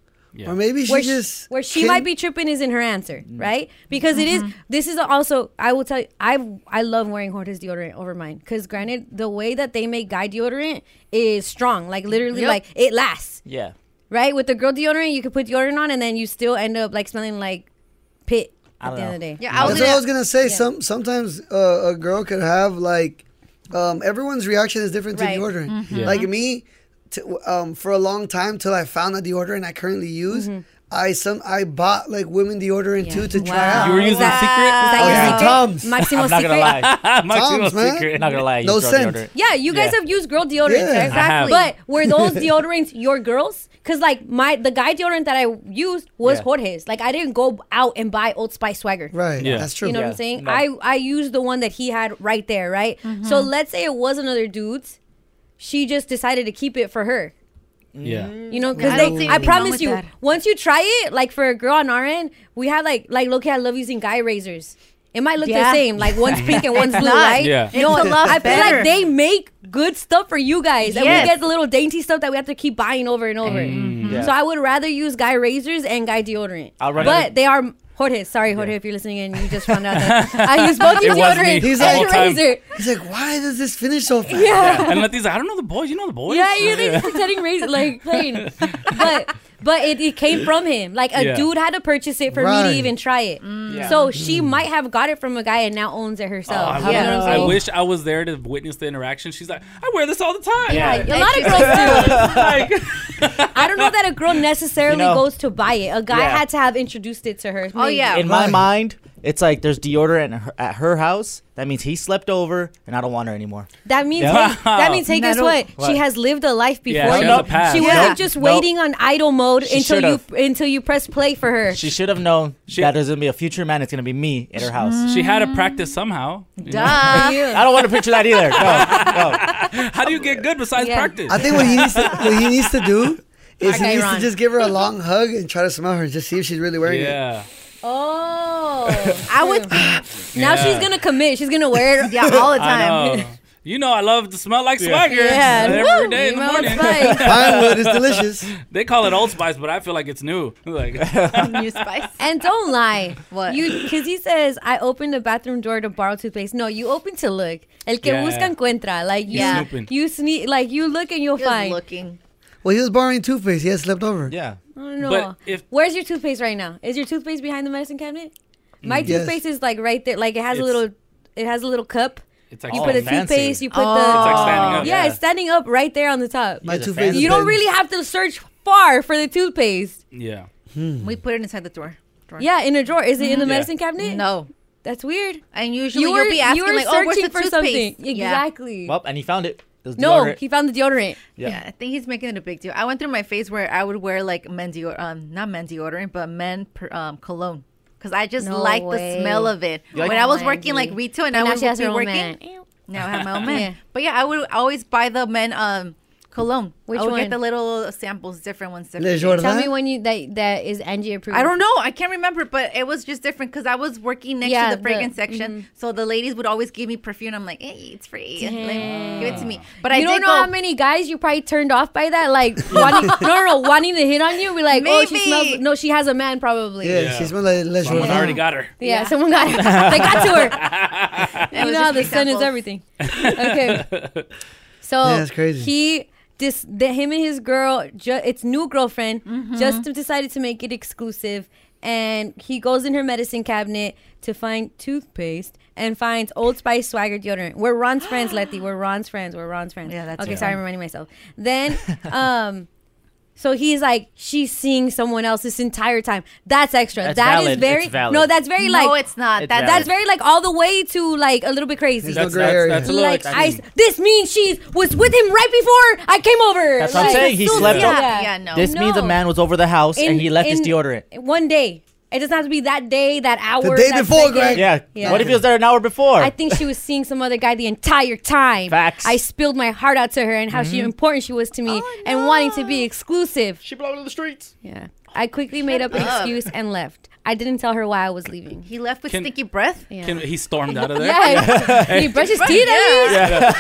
Or maybe she where just Mm. where she can- might be tripping is in her answer, right? Because it is. Mm-hmm. This is also. I will tell you. I I love wearing Hortus deodorant over mine because granted, the way that they make guy deodorant is strong. Like literally, Yep. like it lasts. Yeah. Right with the girl deodorant, you could put deodorant on and then you still end up like smelling like pit I at don't the end know. of the day. Yeah, that's what I was gonna say. Some sometimes uh, a girl could have like um, everyone's reaction is different to Right. deodorant. Mhm. Yeah. Like me, to, um, for a long time till I found the deodorant I currently use. Mm-hmm. I some I bought like women deodorant too to try out. You were using Oh, yeah. Tom's. Is that your secret? Maximo I'm not gonna secret? lie. Maximo Tom's, man. secret. Not gonna lie, I No use girl scent. deodorant. Yeah, you guys Yeah. have used girl deodorants, Yeah. right? I have. But were those deodorants your girls? Because like my the guy deodorant that I used was Yeah. Jorge's. Like I didn't go out and buy Old Spice Swagger. Right, Yeah. that's true. You know what I'm Yeah, saying? no. I I used the one that he had right there, right? So Mhm. let's say it was another dude's. She just decided to keep it for her. Mm. Yeah. You know, I because don't they, see anything I wrong promise with you, that. once you try it, like for a girl on our end, we have like, like, look, I love using guy razors. It might look Yeah. the same, like one's pink and one's It's blue, not. right? Yeah. It's No, a lot I feel like better. they make good stuff for you guys, and Yes. Mm-hmm. we get the little dainty stuff that we have to keep buying over and over. Yeah. So I would rather use guy razors and guy deodorant. I'll run out but of- they are Jorge. Sorry, Jorge, if you're listening and you just found out that I use both It your was me deodorant the whole and time. razor. He's like, why does this finish so fast? Yeah. And Latif's like, I don't know the boys. You know the boys. Yeah, you're like pretending raise like playing. But but it, it came from him. Like a Yeah. dude had to purchase it for me Right. to even try it. Yeah. So she might have got it from a guy and now owns it Oh, herself. Oh, I, You know wish, what I'm I saying? wish I was there to witness the interaction. She's like, I wear this all the time. Yeah, a lot of girls do. I don't know that a girl necessarily You know- goes to buy it. A guy Yeah. had to have introduced it to her. maybe. In my mind, it's like there's deodorant at her, at her house. That means he slept over, and I don't want her anymore. That means Yeah. hey, that means hey, guess Not what? at all. She has lived a life before. Yeah, she has a past. She Nope. wasn't Nope. just Nope. waiting on idle mode She until should've. you until you press play for her. She should have known that there's gonna be a future man. It's gonna be me at her house. She had to practice somehow. I don't want to picture that either. No. How do you get good besides practice? I think what he needs to what he needs to do is Okay, he needs Ron. to just give her a long hug and try to smell her, just see if she's really wearing Yeah. Oh, I would. Now Yeah. she's gonna commit. She's gonna wear it all the I know. You know, I love to smell like swagger Yeah. every Woo, day in you the know, morning. it's like- Pinewood is delicious. They call it Old Spice, but I feel like it's new. Like, New spice. And don't lie. What? You because he says I opened the bathroom door to borrow toothpaste. No, you open to look. El que Yeah. busca encuentra. Like you, He's yeah. snooping. you sneak. Like you look and you'll find. Looking. it. Well, he was borrowing toothpaste. He had slept over. Yeah. No. But if- Where's your toothpaste right now? Is your toothpaste behind the medicine cabinet? My Mm. Yes. toothpaste is like right there. Like it has a It's- little. It has a little cup. It's like you put the fancy. toothpaste. You put Oh. the. It's like standing up. Yeah, Yeah. it's standing up right there on the top. My guys are toothpaste fancy. You don't is- really have to search far for the toothpaste. yeah. We put it inside the drawer. Yeah, in a drawer. Is it in the Mm. Yeah. medicine cabinet? No. That's weird. And usually you'll be asking, like, "Oh, where's the toothpaste?" Yeah. Exactly. Well, and he found it. It was No, deodorant. He found the deodorant. Yeah. I think he's making it a big deal. I went through my phase where I would wear like men deodorant, um, not men deodorant, but men per, um, cologne. Because I just No like way. the smell of it. You like- when I was OMG. working like retail and But I now was she has her own working, man. now I have my own Yeah. man. But yeah, I would always buy the men um, cologne. Which I would one? get the little samples, different ones. Different Le things. Jordan? Tell me when you that that is Angie approved. I don't know. I can't remember, but it was just different because I was working next Yeah, to the fragrance the- mm-hmm. section. So the ladies would always give me perfume. I'm like, hey, it's free. Like, give it to me. But But I you oh. don't did know go- how many guys you probably turned off by that, like wanting, no, no, no, wanting to hit on you. We're like, oh, she Maybe. smells. No, she has a man probably. Yeah, she smells like Les Someone Jordan. already got her. Yeah, someone got it. they got to her. That you was know how just an the sun is example. everything. Okay. So Yeah, that's crazy. he this the, him and his girl ju- it's new girlfriend Mm-hmm. just decided to make it exclusive and he goes in her medicine cabinet to find toothpaste and finds Old Spice Swagger deodorant. We're Ron's friends, Letty. We're Ron's friends. We're Ron's friends. Yeah, that's okay. right. Sorry, I'm reminding myself. Then, um, so he's like, she's seeing someone else this entire time. That's extra. That's That is valid. very It's valid. no. That's very No, like it's not. It's That, valid. that's very like all the way to like a little bit crazy. There's no That's- gray that's- area. that's a little like I, extreme. this means she was with him right before I came over. That's what I'm Like, saying. He so- slept yeah. over. Yeah, no. This means a No. man was over the house In- and he left his in deodorant. One day. It doesn't have to be that day, that hour. The day that before, second. Greg. Yeah. What if he was there an hour before? I think she was seeing some other guy the entire time. Facts. I spilled my heart out to her and how she Mhm. important she was to me and wanting to be exclusive. She belonged to the streets. Yeah. I quickly made up an up. excuse and left. I didn't tell her why I was leaving. He left with Can- stinky breath. Yeah. Can, he stormed out of there. Yeah, he brushed his teeth at least.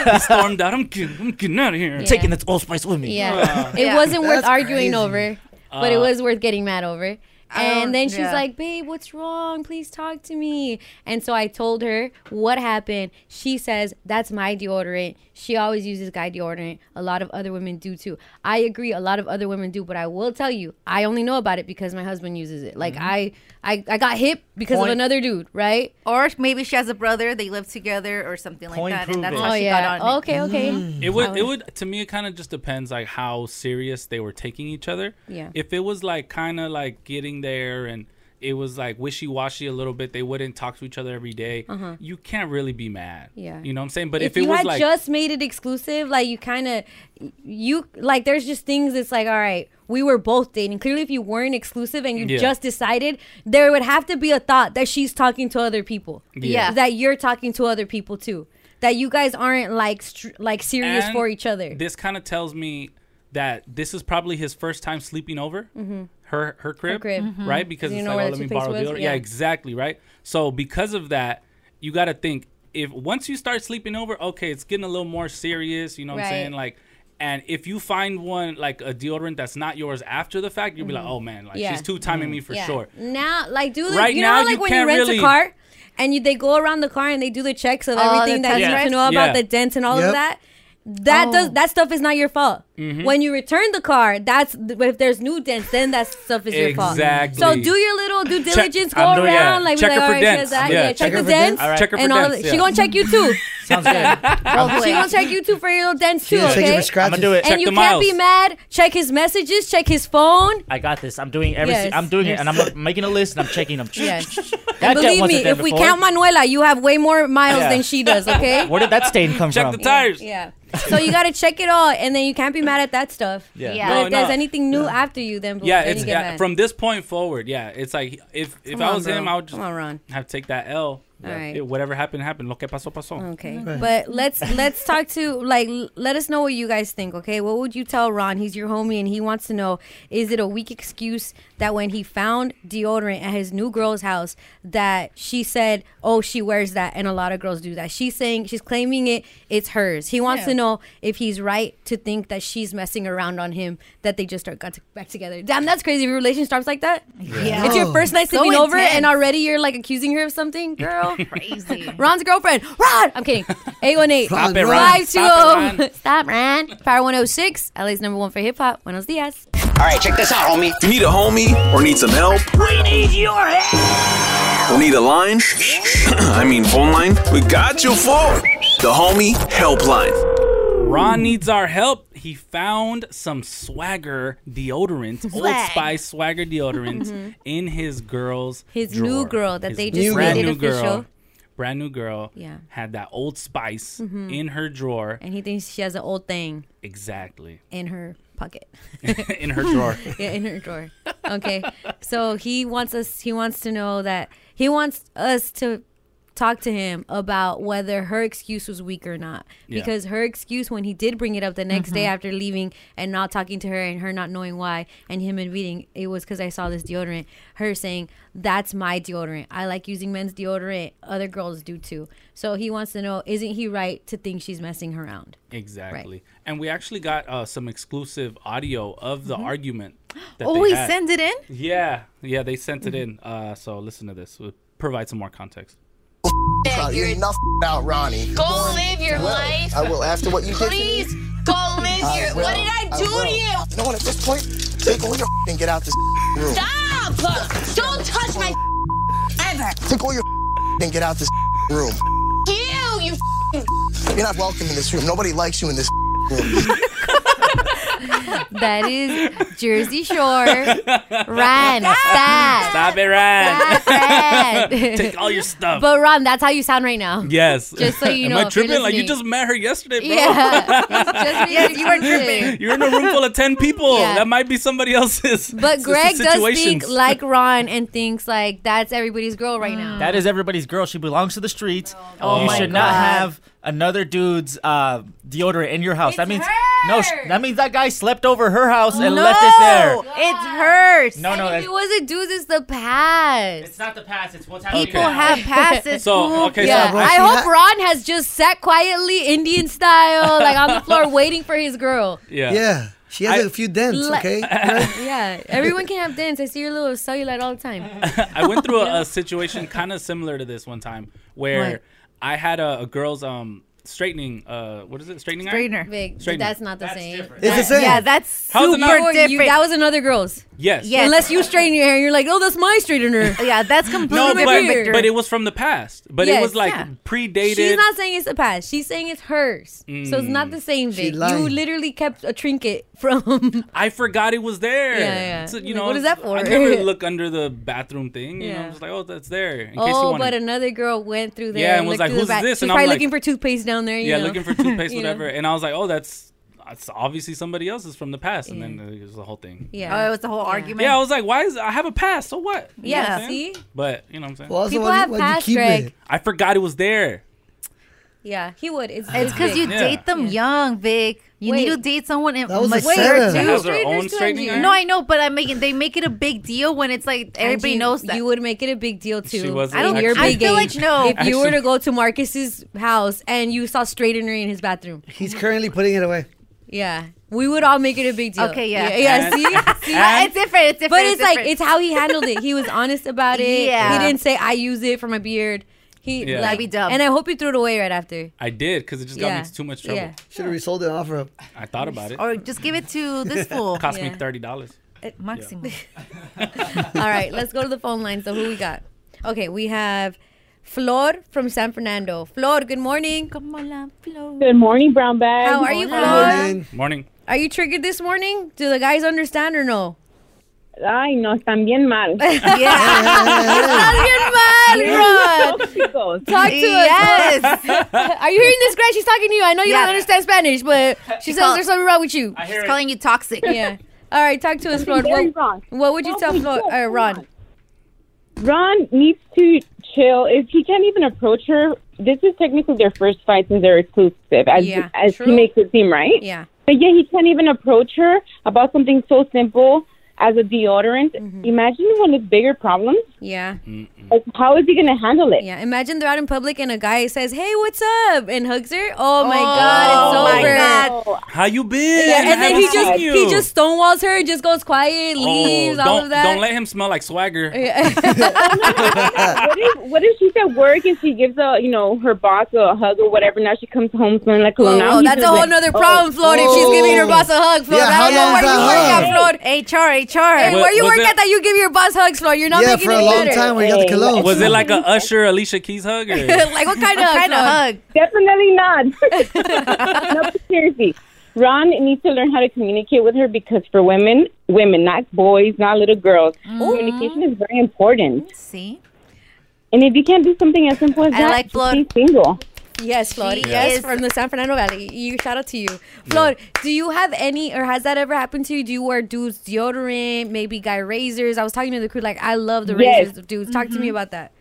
Yeah. he stormed out. I'm getting, I'm getting out of here. Yeah. Taking this Old Spice with me. Yeah. It wasn't worth That's arguing crazy. over, but it Uh, was worth getting mad over. I don't- And then she's yeah. like, babe, what's wrong? Please talk to me. And so I told her what happened. She says, that's my deodorant. She always uses guy deodorant. A lot of other women do too. I agree, a lot of other women do, but I will tell you, I only know about it because my husband uses it. Mm-hmm. Like, I, I, I got hit because Point. of another dude, right? Or maybe she has a brother, they live together or something like Point that. And that's proven. how Oh, she yeah. got on. Okay, okay. Mm. It would. It would. To me, it kind of just depends like how serious they were taking each other. Yeah. If it was like kind of like getting there and it was like wishy washy a little bit, they wouldn't talk to each other every day, Uh-huh. You can't really be mad. Yeah. You know what I'm saying? But if, if, it you was had like just made it exclusive, like you kind of, you like there's just things. It's like, all right, we were both dating. Clearly, if you weren't exclusive and you Yeah. just decided, there would have to be a thought that she's talking to other people. Yeah. Yeah. that you're talking to other people too. That you guys aren't like str- like serious And for each other. This kind of tells me that this is probably his first time sleeping over Mhm. her her crib, crib. Mhm. right? Because You it's know like, where oh, the let me toothpaste borrow was? deodorant. Yeah. Yeah, exactly, right? So because of that, you got to think if once you start sleeping over, okay, it's getting a little more serious. You know what I'm Right. saying? Like. And if you find one like a deodorant that's not yours after the fact, you'll be like, Mhm. "Oh man, like Yeah. Mm-hmm. she's two timing me for Yeah. sure." Now, like do the, Right you know now, how, like you when you can't rent really- a car and you they go around the car and they do the checks of All the everything that you test need drives? to know about Yeah. the dents and all Yep. of that. that does that stuff is not your fault. Mhm. When you return the car, that's if there's new dents, then that stuff is your fault. So Exactly. do your little due Check- diligence, go I'm around, doing- yeah, like, be check like, her for all right, she dents. has that, Yeah, yeah, check check, her the for dents. dents, All right. Check her for and all of dents, it. She yeah. gonna check you too. Sounds good. She gonna check you too for your little dents too. gonna check you Okay, for scratches. I'ma do it. And Check you the can't miles. be mad. Check his messages. Check his phone. I got this. I'm doing every. Yes. I'm doing it, and I'm Yes. making a list, and I'm checking them. Yes. That and jet believe wasn't me, there if we before. count Manuela, you have way more miles Yeah. than she does. Okay. Where did that stain come from? Yeah. So you gotta check it all, and then you can't be mad at that stuff. Yeah. But No, if there's no. anything new after you, then boom, Yeah, then it's you get yeah, mad. from this point forward. Yeah, it's like if if Come I on, was him, bro. I would just Come on, Ron. have to take that L. All Yeah. right. It- whatever happened happened. Lo que pasó pasó. Okay, but let's let's talk to like l- let us know what you guys think. Okay, what would you tell Ron? He's your homie, and he wants to know: Is it a weak excuse that when he found deodorant at his new girl's house, that she said, "Oh, she wears that," and a lot of girls do that. She's saying she's claiming it; it's hers. He wants Yeah. to know if he's right to think that she's messing around on him. That they just start got to, back together. Damn, that's crazy. If your relation starts like that, Yeah. it's your first night So sleeping over, intense. and already you're like accusing her of something, girl. Ron's girlfriend. Ron! I'm kidding. 818 Stop it, Ron. 520. oh. Stop, Ron. Power 106, LA's number one for hip hop. Buenos dias. All right, check this out, homie. If you need a homie or need some help, We need your help. or need a line, I mean phone line, we got you for the homie helpline. Ron needs our help. He found some swagger deodorant, Old Swag. Spice swagger deodorant, Mhm. in his girl's His drawer. new girl that His they just brand made it new official. Girl, brand new girl. Yeah. had that Old Spice Mhm. in her drawer. And he thinks she has an old thing Exactly. in her pocket. In her drawer. yeah, in her drawer. Okay. So he wants us he wants to know that he wants us to talk to him about whether her excuse was weak or not Yeah. because her excuse when he did bring it up the next day Mhm. after leaving and not talking to her and her not knowing why and him admitting it was because i saw this deodorant her saying that's my deodorant i like using men's deodorant other girls do too so he wants to know isn't he right to think she's messing around Exactly. And we actually got uh, some exclusive audio of the Mhm. argument. that Oh, they he had. sent it in? Yeah, yeah, they sent it in. Mm-hmm. Uh, so listen to this. We'll provide some more context. You're enough about Ronnie. Go live your I will. life. I will after what you did to me. Please go live I your. will. What did I do will. to you? You know what? At this point, take all your and get out this room. Stop! Don't touch my ever. Take all your and get out this room. You, you. You're not welcome in this room. Nobody likes you in this room. that is jersey shore ran stop Stop it, Ryan. Red. Take all your stuff. But Ron, that's how you sound right now. yes. Just so you know, Am I if you're tripping? Like you listening. just met her yesterday, bro. Yeah. Yes, you are dripping. You're in a room full of ten people. Yeah. That might be somebody else's. But s- Greg does think situations. like Ron and thinks like that's everybody's girl right now. Mm. That is everybody's girl. She belongs to the streets. Oh you my should not God. have another dude's uh, deodorant in your house. that means no. Sh- that means that guy slept over her house and No! left it there. It's hers. No, no, If that's- it was a dude, it's Mm. the past. It's not the past. It's what's happening. People have past. It's So, cool. okay, so- yeah. Bro, I she hope Ron has just sat quietly, Indian style, like on the floor, waiting for his girl. Yeah. Yeah. She has I- a few dents, Like- okay? yeah, everyone can have dance. I see your little cellulite all the time. I went through a, a situation kind of similar to this one time where What? I had a, a girl's um straightening uh what is it straightening iron? Vic, Straightener. that's not the same. It's the That- same. Yeah, that's How's it super not- different. different? You- that was another girl's. Yes. Unless you straighten your hair, you're like, oh, that's my straightener. yeah, that's No, but, but it was from the past. But it Yes. was like Yeah. predated. She's not saying it's the past. She's saying it's hers. So it's Mm. not the same, Vic. You lying. literally kept a trinket from. I forgot it was there. Yeah, yeah. So, you Like, know, what is that for? I never look under the bathroom thing. You know, Yeah. I'm just like, oh, that's there. In case you oh, want but to. another girl went through there. Yeah, and was looked like, through the who's back. this? She's And I'm probably like- looking for toothpaste down there. you yeah, know? looking for toothpaste, You know? whatever. And I was like, oh, that's, that's obviously somebody else's from the past. And then it was the whole thing. Yeah. Oh, it was the whole argument. Yeah, I was like, why is I have a past? So what? You know what Yeah, I'm saying? see? But you know what I'm saying. Well, also, People why'd you- have why'd you past, keep Greg. it? I forgot it was there. Yeah, he would. It's It's because you Yeah. date them young, Vic. You need to date someone in That was a mature, That setup. too. has her Straighteners own to straightening engineer. iron? No, I know, but I'm making. They make it a big deal when it's like everybody you- knows that you would make it a big deal too. She wasn't I don't. actually- Your I big feel like age. no. If you were Actually- to go to Marcus's house and you saw straightener in his bathroom, He's currently putting it away. yeah, we would all make it a big deal. Okay, yeah. yeah. And- see, See? Yeah, it's different. It's different. but it's like different. it's how he handled it. He was honest about it. Yeah. he didn't say I use it for my beard. He Yeah. like, That'd be and I hope he threw it away right after. I did because it just got me into too much trouble. Should have resold it off her. I thought about it. Or just give it to this fool. Cost me thirty dollars. Eh, Maximum. All right, let's go to the phone line. So who we got? Okay, we have Flor from San Fernando. Flor, good morning. Come on, Flor. Good morning, brown bag. How are you, Hola. Flor? Morning. Are you triggered this morning? Do the guys understand or no? Ay, no, están bien mal. Están bien mal, bro. Talk to us. Flor. Are you hearing this, Grant? She's talking to you. I know you don't Yeah. understand Spanish, but She she says call- there's something wrong with you. She's it. calling you toxic. Yeah. All right, talk to us, Flor. very What, what would you tell Flor, uh, Ron? Ron needs to chill. If he can't even approach her, this is technically their first fight since they're exclusive, as, Yeah, as he true. makes it seem, right? Yeah. But yeah, he can't even approach her about something so simple as a deodorant. Imagine one of the bigger problems. Mm-hmm. Yeah. Like, how is he going to handle it? Yeah, imagine they're out in public and a guy says, "Hey, what's up?" and hugs her. Oh my Oh, god, my it's over. How you been? Yeah, and then I he haven't just seen you. he just stonewalls her, and just goes quiet, Oh, leaves, don't, all of that. Don't let him smell like swagger. what if what if she's at work and she gives a you know her boss a hug or whatever? Now she comes home smelling like cologne. Oh, Now oh, he's that's a just whole like, nother oh. problem, Flor. If she's giving her boss a hug, Flor, Yeah, I how don't know long where is you that work at, Flor. HR, HR. Hey, Wa- where you was work it- at that you give your boss hugs, Flor? You're not Yeah, making for a it long better. time when you got the cologne. Was it like a Usher, Alicia Keys hug? Or? like what kind of What hug? kind of hug? Definitely not. no, but seriously. Ron needs to learn how to communicate with her because for women, women, not boys, not little girls, Mm-hmm. communication is very important. See? And if you can't do something as simple as I that, like just be single. Yes, Flor. She yes, is- from the San Fernando Valley. You shout out to you, Flor. Do you have any, or has that ever happened to you? Do you wear dudes deodorant? Maybe guy razors. I was talking to the crew, like I love the Yes. razors, of dudes. Talk to me Mhm. about that.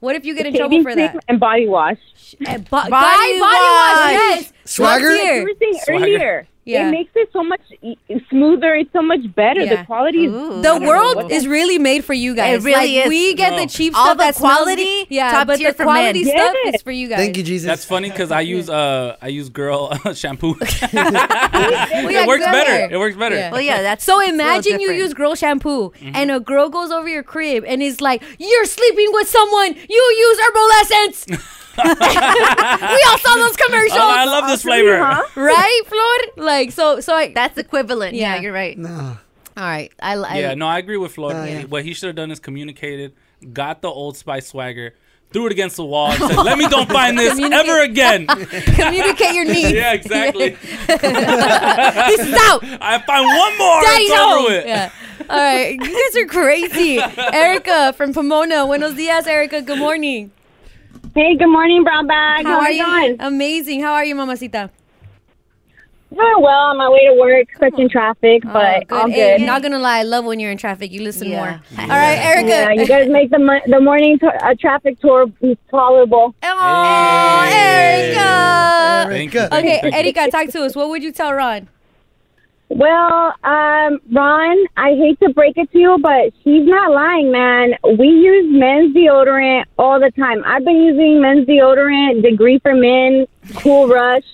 What if you get in Shaving trouble for cream that? And body wash. Body, body wash, yes. Swagger? Top tier. You were saying Swagger. earlier. Yeah. It makes it so much e- smoother. It's so much better. Yeah. The quality is. I don't the know what world the- is really made for you guys. really Like, is. We get No. the cheap All stuff the that smells quality, good. yeah, top but tier the for quality men. stuff Yes. is for you guys. Thank you, Jesus. That's funny because I use uh I use girl shampoo. got it works better. It works better. so. little Imagine you different. use girl shampoo, Mhm. and a girl goes over your crib and is like, "You're sleeping with someone. You use herbal essence." we all saw those commercials. Oh, I love this flavor. Huh? right, Flor? Like so, so I, that's equivalent. Yeah, you're right. No. All right, I, I Yeah, no, I agree with Floyd. Oh, yeah. What he should have done is communicated, got the old spice swagger, threw it against the wall, and said, Let me don't find this Communicate- ever again. communicate your needs. Yeah, exactly. this is out. I find one more. Daddy's it's over home. with. Yeah. All right, you guys are crazy. Erica from Pomona. Buenos dias, Erica. Good morning. Hey, good morning, brown bag. How, How are you you? Amazing. How are you, mamacita? Oh, well, on my way to work, stuck in traffic, but Oh, Good. I'm Hey, good. not gonna lie, I love when you're in traffic. You listen more. All Yeah. right, Erica. Yeah, you guys make the mo- the morning to- uh, traffic tour tolerable. Oh, Erica. Thank you, thank you, Okay, thank you. Erica, talk to us. What would you tell Ron? Well, um, Ron, I hate to break it to you, but she's not lying, man. We use men's deodorant all the time. I've been using men's deodorant, Degree for Men, Cool Rush.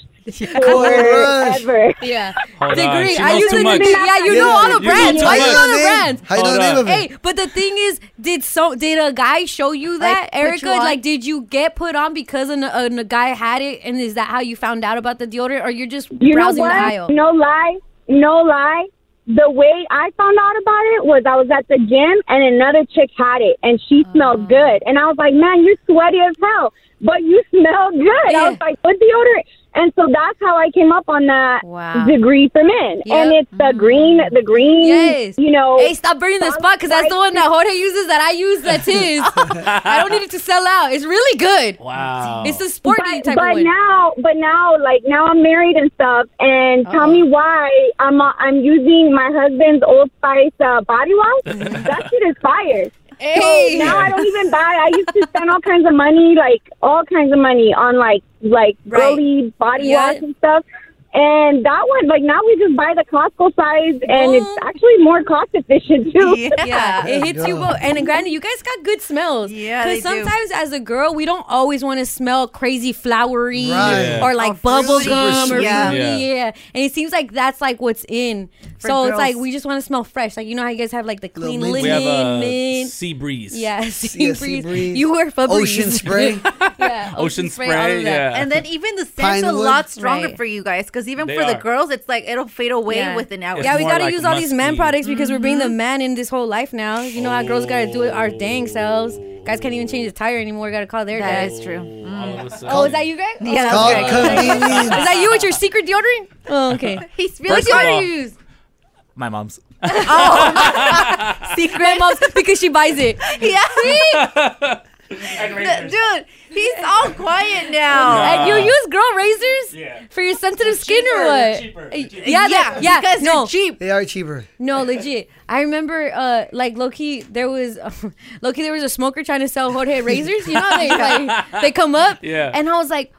Cool Rush. forever. Yeah. Hold on, Degree. she I knows use too the much. degree. Yeah, you know all the You know brands. too Why you much. know all the brands? How you know Hold the name on. of it? Hey, but the thing is, did so did a guy show you that, put you Erica? on? like, did you get put on because an, an, a guy had it, and is that how you found out about the deodorant, or you're just You know browsing the what? aisle? No lie, no lie. The way I found out about it was I was at the gym and another chick had it and she Oh. smelled good. And I was like, man, you're sweaty as hell, but you smell good. I was like, what deodorant? And so that's how I came up on that degree for men. And it's the green, the green, Mm-hmm. Yes. you know. Hey, stop burning the spot because that's the one that Jorge uses that I use that's his. I don't need it to sell out. It's really good. Wow. It's the sporty but, type but of one. now but now like now i'm married and stuff and tell Oh. me why i'm uh, i'm using my husband's old spice uh, body wash that shit is fire Hey. so now i don't even buy i used to spend all kinds of money like all kinds of money on like like girly body Yeah. wash and stuff And that one, like now we just buy the Costco size, and it's actually more cost efficient too. Oh. Yeah, it hits you both. And granted, you guys got good smells. Yeah, they because do. sometimes as a girl, we don't always want to smell crazy flowery Right. Yeah. or like Or bubble Oh, fruity. gum or Yeah. fruity, yeah. Yeah. And it seems like that's like what's in. For so it's girls. like we just want to smell fresh. Like you know how you guys have like the clean linen, We have uh, a mint. sea breeze. Yeah, sea, yeah, sea breeze. breeze. You wear Febreze. Ocean spray. yeah, Ocean spray. all of that. yeah. And then even the scent's Pine a wood. lot stronger Right. for you guys because even They for the are. girls, it's like it'll fade away Yeah. within hours. Yeah, we gotta use all these man products because we're being the Mm-hmm. man in this whole life now. You know how girls gotta do it our dang selves. Guys can't even change the tire anymore. Gotta call their That dad. is true. Mm. Oh, is that you, Greg? Yeah, Oh, that's okay. Greg. is that you with your secret deodorant? Oh, okay. He's First of all- My mom's. secret moms because she buys it. Yeah. Dude, he's all quiet now. And you use girl razors for your sensitive skin or what? Yeah, yeah, yeah. Because no, they're cheap. They are cheaper. No, legit. I remember, uh, like Loki, there was Loki. There was a smoker trying to sell Jorge razors. You know, they like they come up. Yeah. And I was like,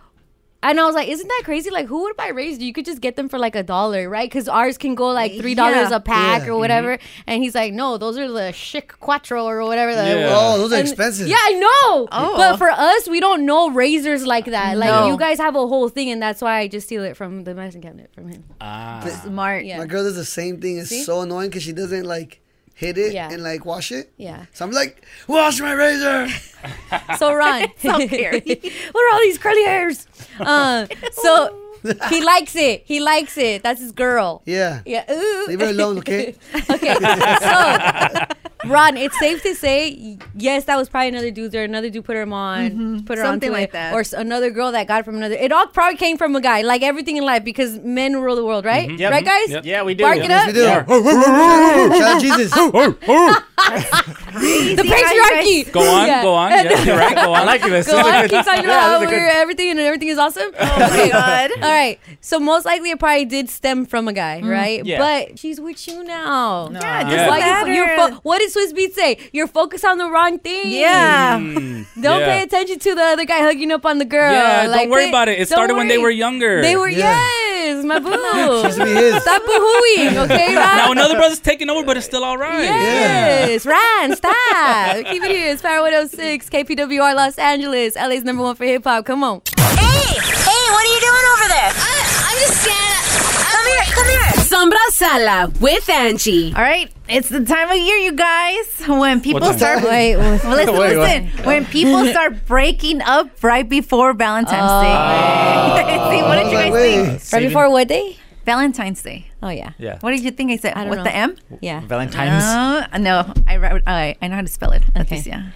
and I was like, isn't that crazy? Like, who would buy razors? You could just get them for like a dollar, right? Because ours can go like three dollars Yeah. a pack Yeah. Mm-hmm. or whatever. And he's like, no, those are the chic cuatro or whatever. The, Yeah. Oh, those are expensive. Yeah, I know. Oh. But for us, we don't know razors like that. Like No. you guys have a whole thing, and that's why I just steal it from the medicine cabinet from him. Ah. Ah. Smart. Yeah. My girl does the same thing. It's See? so annoying because she doesn't like hit it Yeah. and like wash it. Yeah. So I'm like, wash my razor. So Ron, So what are all these curly hairs? Uh, so he likes it. He likes it. That's his girl. Yeah. Yeah. Ooh. Leave her alone, okay? Ron, it's safe to say, yes, that was probably another dude or another dude put her on, Mhm. put her Something onto like it, that. or s- another girl that got it from another. It all probably came from a guy, like everything in life, because men rule the world, right? Mhm. Yep. Right, guys? Yep. Yeah, we do. Bark it Yes, up. we do. Yeah. Shout out Jesus. the patriarchy. Go on, go on. Yeah, you're right. Go on. I like this. Go That's a on. good- Keep talking yeah, about that's a how good- we're everything and everything is awesome. okay. All right. So most likely it probably did stem from a guy, Mm. right? Yeah. But she's with you now. Yeah, it doesn't Why you, you're matter. fo- what did Swiss Beat say? You're focused on the wrong thing. Yeah. Don't Mm. Yeah. pay attention to the other guy hugging up on the girl. Yeah, Like, don't worry they- about it. It don't started when they worry. were younger. They were Yeah. yes, my boo. She's his. Stop boo-hooing, okay, Ron? Now another brother's taking over, but it's still all right. Yes, Ryan, stop. Keep it here. It's Power 106, KPWR Los Angeles, LA's number one for hip hop. Come on. Hey, what are you doing over there? I, I'm just standing. Come here, come here. Sombra Sala with Angie. All right, it's the time of year, you guys, when people time? start. Wait, Well, what- listen, Wait, what? listen. When people start breaking up right before Valentine's Day. See, what did you guys think? Oh. Right before what day? Valentine's Day. Oh, yeah. Yeah. What did you think I said? don't With know. the M? Yeah. Valentine's. Uh, no, I, wrote- I I know how to spell it. Okay. Yeah.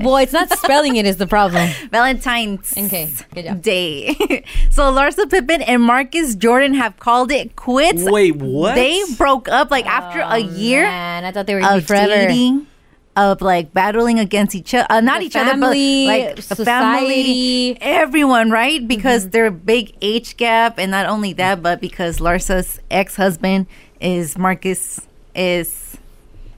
Well, it's not spelling it is the problem. Valentine's okay. Day. so Larsa Pippen and Marcus Jordan have called it quits. Wait, what? They broke up like after a year. Oh, Man, I thought they were gonna be of forever. dating, of like battling against each other, uh, not each family, other, but like the society. Mm-hmm. family, everyone, right? Because their big age gap, and not only that, but because Larsa's ex husband is Marcus is.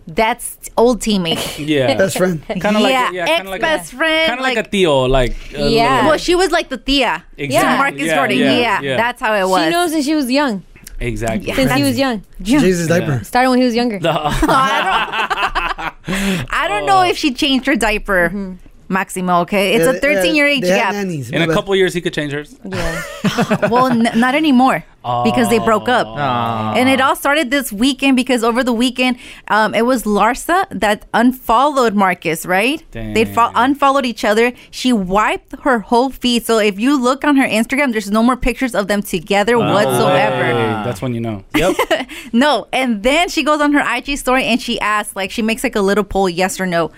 That's old teammate. Yeah. Best friend. Kinda like- yeah, yeah, ex kinda like a- best friend. Kind of like, a Theo, like a little- Well, she was like the Thea. Exactly. To Marcus Yeah, Jordan. yeah, Yeah, yeah. That's how it was. She knows since she was young. exactly. Since he was young. Jesus diaper. Started when he was younger. uh, I don't know if she changed her diaper, Mm-hmm. Maximo, okay? It's Yeah, a they- 13 year age they had gap. nannies. In a couple years, he could change hers. well, n- not anymore because they broke up. Ah. And it all started this weekend because over the weekend, um, it was Larsa that unfollowed Marcus, right? They fo- unfollowed each other. She wiped her whole feed. So if you look on her Instagram, there's no more pictures of them together whatsoever. Hey, that's when you know. Yep. No, and then she goes on her IG story and she asks, like, she makes like a little poll, yes or no.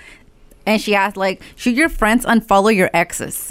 And she asks, like, should your friends unfollow your exes?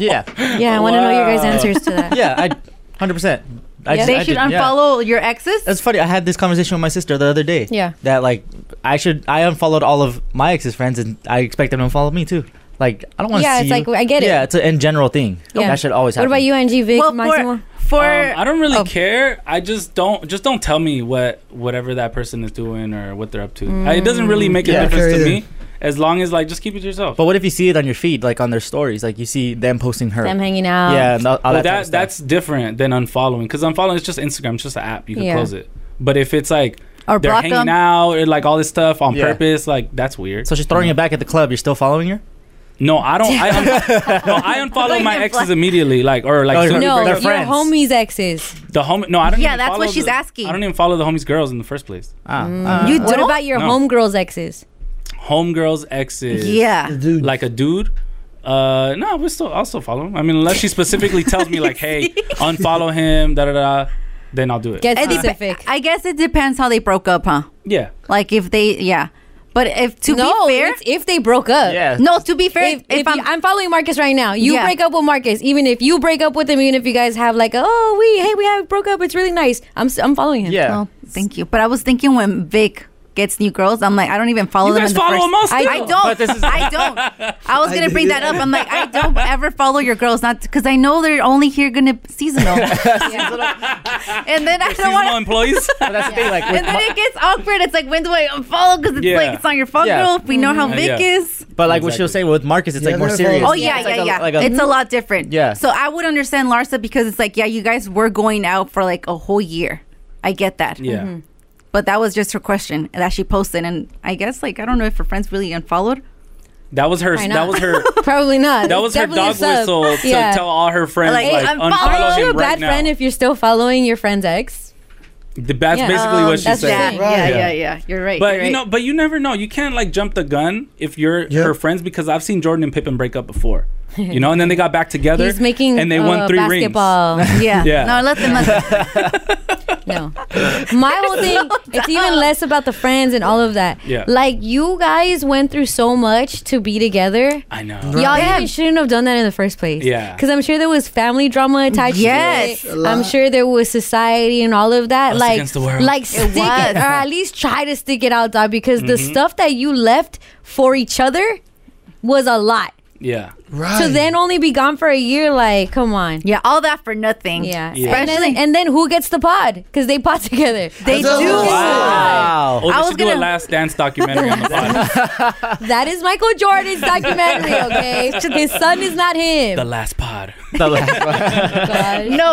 Yeah. Yeah, I wanna know your guys' Wow. answers to that. Yeah, I, hundred percent. I just- they I should did, yeah. unfollow your exes? That's funny. I had this conversation with my sister the other day. Yeah. That like I should I unfollowed all of my ex's friends and I expect them to unfollow me too. Like I don't want to Yeah, see. it's you- like, I get it. Yeah, it's an in general thing. Yeah. That should always What happen. about you, Angie Vic? Well, for- Maximo? For Um, I don't really care. I just don't just don't tell me what whatever that person is doing or what they're up to. I- it doesn't really make a Yeah. difference Care to either. me. As long as like just keep it to yourself. But what if you see it on your feed, like on their stories, like you see them posting her, Them hanging out. Yeah, and all, all well, that. type of that, that's stuff. different than unfollowing because unfollowing is just Instagram, it's just an app. You can Yeah. close it. But if it's like Or they're block hanging 'em. out or like all this stuff on Yeah. purpose, like that's weird. So she's throwing it back at the club. You're still following her? No, I don't. I, un- no, I unfollow my exes immediately, like or like Oh, soon as no, we break your up. homies exes. The homie? No, I don't. Yeah, even that's follow what she's the- asking. I don't even follow the homies girls in the first place. Ah, Mm. Uh, you what about your No. homegirls exes? homegirls exes? Yeah. like a dude. Uh, no, we still also follow him. I mean, unless she specifically tells me like, hey, unfollow him, da da da, then I'll do it. It dep- I guess it depends how they broke up, huh? yeah. Like if they, yeah. But if to No, be fair, it's if they broke up. Yeah. No, to be fair, if, if I'm, I'm following Marcus right now, you Yeah. break up with Marcus. Even if you break up with him, even if you guys have like, oh, we hey, we have broke up. It's really nice. I'm s- I'm following him. Oh, thank you. But I was thinking when Vic gets new girls, I'm like, I don't even follow You them. guys in the follow first- them all I, still. I But don't. this is- I don't. I was I gonna bring do. that up. I'm like, I don't ever follow your girls, not because I know they're only here gonna seasonal. and then I don't want. Seasonal employees. that's the thing. Like, And then it gets awkward. It's like, when do I unfollow? Because it's Yeah. like it's on your phone. Yeah. We know how Mhm. Vic Yeah. is. But like what she was saying with Marcus, it's like more serious. Oh yeah, yeah, It's like a- yeah. like it's a lot different. Yeah. So I would understand Larsa because it's like, yeah, you guys were going out for like a whole year. I get that. Mm-hmm. Yeah. But that was just her question that she posted, and I guess like I don't know if her friends really unfollowed. That was her. That was her. Probably not. That was her Definitely dog a sub. whistle to Yeah. tell all her friends like, Like, hey, unfollow, Aren't you a him right bad now. friend if you're still following your friend's ex? The- That's Yeah. basically Um, what she that's said. right. Yeah, yeah, yeah. You're right, But you're you know, right. but you never know. You can't like jump the gun if you're her friends because I've seen Jordan and Pippen break up before. You know, and then they got back together. He's making and they uh, won three basketball. rings. Yeah. yeah. No, let them. My whole thing, it's even less about the friends and all of that. Yeah. Like you guys went through so much to be together. I know. Y'all even shouldn't have done that in the first place. Yeah. Because I'm sure there was family drama attached Yes. to A it. lot. I'm sure there was society and all of that. Us like, against the world. like It stick it, was. or at least try to stick it out, dog, because the Mhm. stuff that you left for each other was a lot. Yeah. To then only be gone for a year, like, come on. Yeah, all that for nothing. Yeah. Yeah. And, then, and then who gets the pod? Because they pod together. They do. Wow. Oh, I they was should do a last dance documentary on the pod. That is Michael Jordan's documentary, okay? His son is not him. the last pod. no,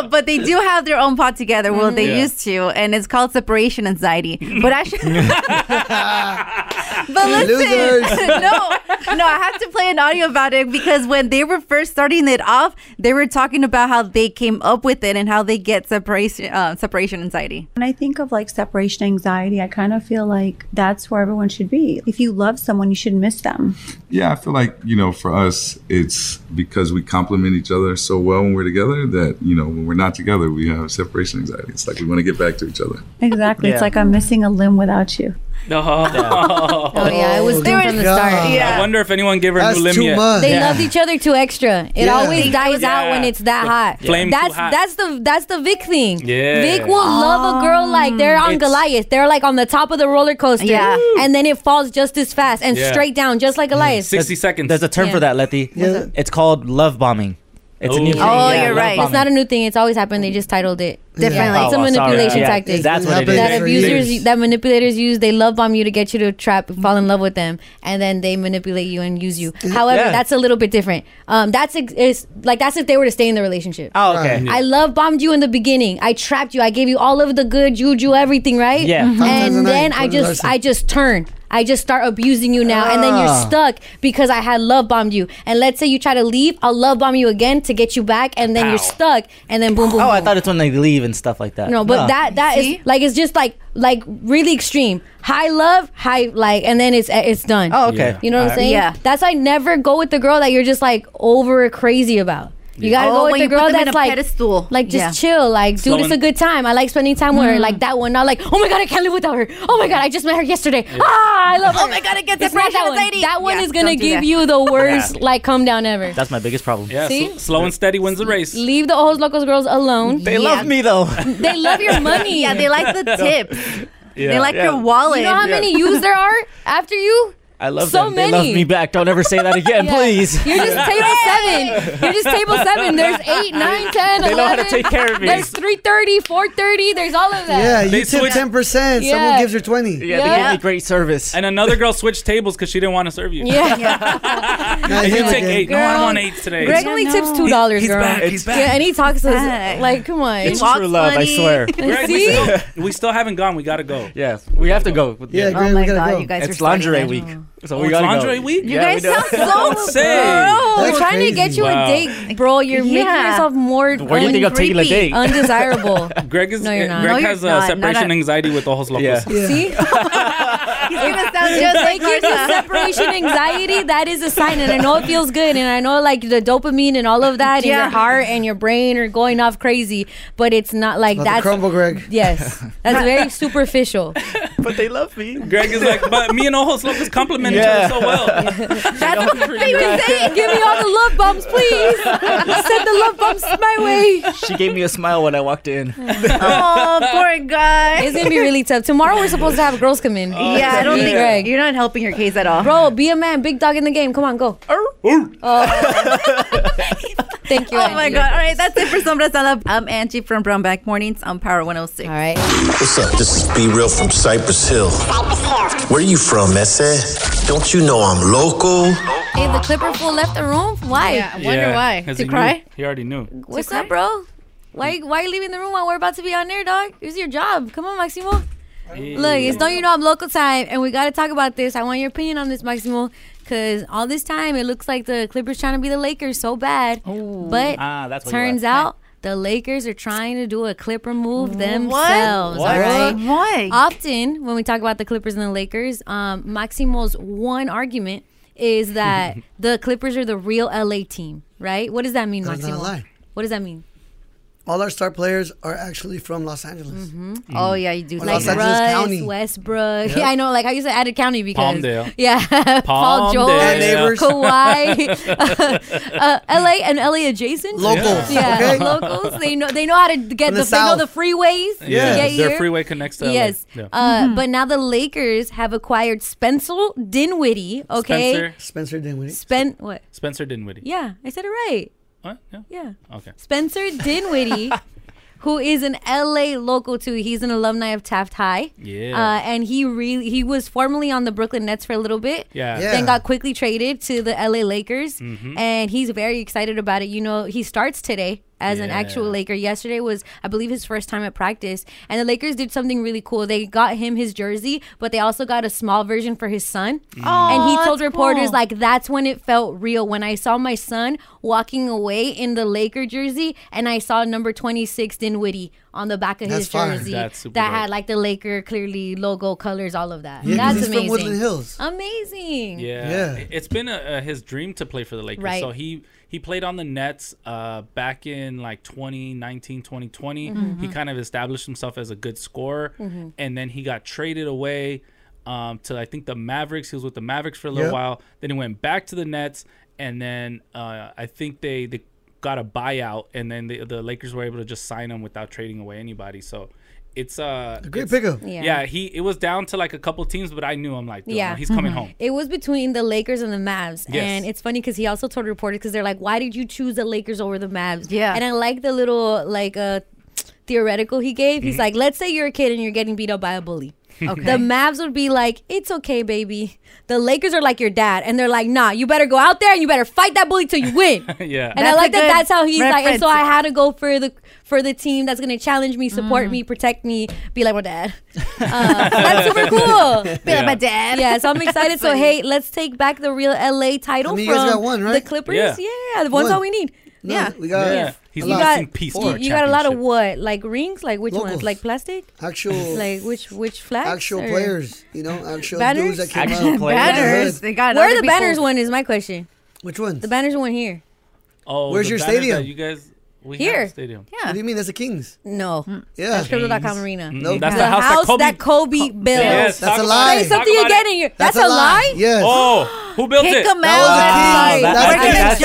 but they do have their own pod together. Mm-hmm. Well, they Yeah. used to, and it's called separation anxiety. But I should. but listen, Losers. no, no, I have to play an audio about it because when they were first starting it off, they were talking about how they came up with it and how they get separation uh, separation anxiety. When I think of like separation anxiety, I kind of feel like that's where everyone should be. If you love someone, you should miss them. Yeah, I feel like, you know, for us, it's because we complement each other so well when we're together that, you know, when we're not together, we have separation anxiety. It's like we want to get back to each other. Exactly. Yeah. It's like I'm missing a limb without you. No. oh yeah, it was Oh, doomed from the God. start. I Yeah. wonder if anyone gave her That's a new limb too yet. They yeah. loved each other too extra. It Yeah. always Yeah. dies out when it's that hot. flame too that's hot. that's the that's the Vic thing. Yeah. Vic will love a Um, girl like they're on Goliath. They're like on the top of the roller coaster. Yeah. And then it falls just as fast and Yeah. straight down, just like Goliath. seconds. There's a term Yeah. for that, Letty. It's called love bombing. It's a new thing. Oh, Yeah, you're love right. It's bombing. not a new thing. It's always happened. They just titled it differently. Yeah. It's a Oh, sorry. manipulation Yeah. tactic. That's what it is. That For abusers, years. that manipulators use. They love bomb you to get you to trap, fall in love with them, and then they manipulate you and use you. However, Yeah. that's a little bit different. Um, that's ex- is like that's if they were to stay in the relationship. Oh, okay. Right. I love bombed you in the beginning. I trapped you. I gave you all of the good juju, everything, right? Yeah. Mhm. And Sometimes a night, then I what did I just say? I just turn. I just start abusing you now, and then you're Ah. stuck stuck because I had love bombed you. And let's say you try to leave, I'll love bomb you again to get you back, and then you're Pow. stuck, and then boom, boom. Oh, I boom. thought it's when they leave and stuff like that. no, but that that is like it's just like like really extreme. High love, high like, and then it's it's done. Oh, okay. Yeah. You know what I'm Alright. saying? Yeah. That's why never go with the girl that you're just like over crazy about. You gotta Oh, go when with the you put girl them in that's a like, pedestal. like just Yeah. chill, like Slow dude, it's a and- good time. I like spending time with her, like Mm. that one, not like oh my god, I can't live without her. Oh my god, I just met her yesterday. Yeah. Ah, I love her. Oh my God, I get It's not depression That one, anxiety. that one Yeah, is gonna don't do give that. you the worst Yeah. like come down ever. That's my biggest problem. Yeah, See? sl- slow and steady wins the race. Leave the old locos girls alone. They love me though. They love your money. Yeah, they like the tips. tip. Yeah. They like Yeah. your wallet. You know how many Yeah. yous there are after you? I love So them. They love many. me back. Don't ever say that again, Yeah. please. You're just table seven. You're just table seven. There's eight, nine, ten, eleven. They know how to take care of me. There's three thirty, four thirty. There's all of that. Yeah, you They tip switch- ten percent. Yeah. Someone gives her twenty. Yeah, they Yeah. give me great service. And another girl switched tables because she didn't want to serve you. Yeah, and you take eight. no, I Girl, want eights today. Greg only tips two dollars, girl. Yeah, and he talks to us like, come on. It's true love, I swear. Greg, we See? still- we still haven't gone. We gotta go. Yes, we have to go. Yeah, Greg, Oh my we gotta God, go. you guys are it's starting lingerie that. week, so Oh, we it's gotta go. lingerie week? You guys sound Don't so say. bro. We're That's trying to crazy. get you Wow. a date, bro. Oh, You're making Yeah. yourself more. What do you think of taking a creepy, date? Undesirable. Greg is No, you're not. Greg No, you're has uh, not. separation Not a- anxiety with ojos locos. See? gonna sound If just they like give you Carza. separation anxiety, that is a sign, and I know it feels good, and I know like the dopamine and all of that in Yeah. your heart and your brain are going off crazy, but it's not like About to that's crumble, Greg. Yes, that's very superficial. But they love me. Greg is like, but me and ojos locos compliment Yeah. each other so well. That's what they were saying. Give me all the love bombs, please. Send the love bombs my way. She gave me a smile when I walked in. Oh, poor guy. It's gonna be really tough. Tomorrow we're supposed to have girls come in. yeah, I don't Me, think Greg. you're not helping your case at all. Bro, be a man, big dog in the game. Come on, go. Oh. Thank you. Oh my god! All right, that's it for Sombra Sala. I'm Angie from Brownback Mornings on Power 106. All right. What's up? This is Be Real from Cypress Hill. Where you from, Messe? Don't you know I'm local? Hey, the clipper fool left the room. Why? Yeah, 'cause he knew- He already knew. What's up, bro? Why why you leaving the room while we're about to be on there, dog? It's your job. Come on, Maximo. Look, it's don't you know I'm local time, and we got to talk about this. I want your opinion on this, Maximo, because all this time it looks like the Clippers trying to be the Lakers so bad, but Ah, that's what you turns are. out. The Lakers are trying to do a Clipper move What? themselves. What? All right. Why? Often when we talk about the Clippers and the Lakers, um, Maximo's one argument is that the Clippers are the real LA team, right? What does that mean, That's not a Maximo? lie. What does that mean? All our star players are actually from Los Angeles. Oh Mm. yeah, you do. Or Like Los Angeles Russ, County. Westbrook. Yep. Yeah, I know. Like I used to add a county because Palmdale. Yeah, Paul George, Palmdale. Neighbors. Kawhi, uh, LA and LA adjacent Locals, Yeah, okay? locals. They know they know how to get From the, the they know south. the freeways. to Yeah, get their here. freeway connects to LA. Yes, Yeah. uh, but now the Lakers have acquired Spencer Dinwiddie. Okay, Spencer. Spencer Dinwiddie. Spen what? Spencer Dinwiddie. Yeah, I said it right. What? Yeah. Yeah. Okay. Spencer Dinwiddie, who is an LA local too. He's an alumni of Taft High. Yeah. Uh, and he really he was formerly on the Brooklyn Nets for a little bit. Yeah. Then Yeah. got quickly traded to the LA Lakers, Mhm. and he's very excited about it. You know, he starts today. As an actual Laker, yesterday was, I believe, his first time at practice, and the Lakers did something really cool. They got him his jersey, but they also got a small version for his son. Aw, and he that's told reporters, cool. like, like that's when it felt real when I saw my son walking away in the Laker jersey and I saw number 26 Dinwiddie on the back of That's his fire. jersey That's super that dope. had like the Laker clearly logo colors all of that. Yeah, 'cause that's he's from amazing. Woodland Hills. Amazing. Yeah. I- It's been a, a, his dream to play for the Lakers. Right. So he he played on the Nets uh, back in like 2019, 2020. Mhm. He kind of established himself as a good scorer. Mhm. And then he got traded away um, to, I think, the Mavericks. He was with the Mavericks for a little Yep. while. Then he went back to the Nets. And then uh, I think they, they got a buyout. And then the, the Lakers were able to just sign him without trading away anybody. So. It's uh, a great pickup. Yeah. Yeah. he it was down to like a couple teams, but I knew I'm like, dude, Yeah. Mm-hmm. he's coming home. It was between the Lakers and the Mavs. Yes. And it's funny because he also told reporters because they're like, why did you choose the Lakers over the Mavs? Yeah. And I like the little, like, uh, theoretical he gave. Mhm. He's Mm-hmm. like, let's say you're a kid and you're getting beat up by a bully. Okay. The Mavs would be like, it's okay, baby. The Lakers are like your dad. And they're like, nah, you better go out there and you better fight that bully till you win. yeah. And I like that. That's how he's like. And so I reference. Mm. had to go for the for the team that's gonna challenge me, support me, protect me, be like my dad. Uh, that's super cool. Be like my dad. Yeah. So I'm excited. That's so funny. hey, let's take back the real LA title I mean, from you guys got one, right? the Clippers. Yeah, Yeah. the one's One. all we need. No, yeah, we got- Yeah. He's you lost in got peace you, for a you got a lot of what like rings, like which ones, Locals. like plastic, Actual- like which which flags, Actual or- players, you know, actual banners, dudes that came out. Banners. They got Where other the banners people. one is my question. Which one? The banners one here. Oh, Where's the your banner that stadium? You guys we have Here. a stadium. Yeah. What do you mean? That's the Kings. No. Yeah. Mm. That's Crypto.com Arena. Nope. That's the, the house that house Kobe- that Kobe, built. Yes, talk That's a about lie. it. Say something Talk about again it. in your. That's, a lie. Yes. Oh, who built it? Kick him That was the out. Kings. That- That's the I think Kings that's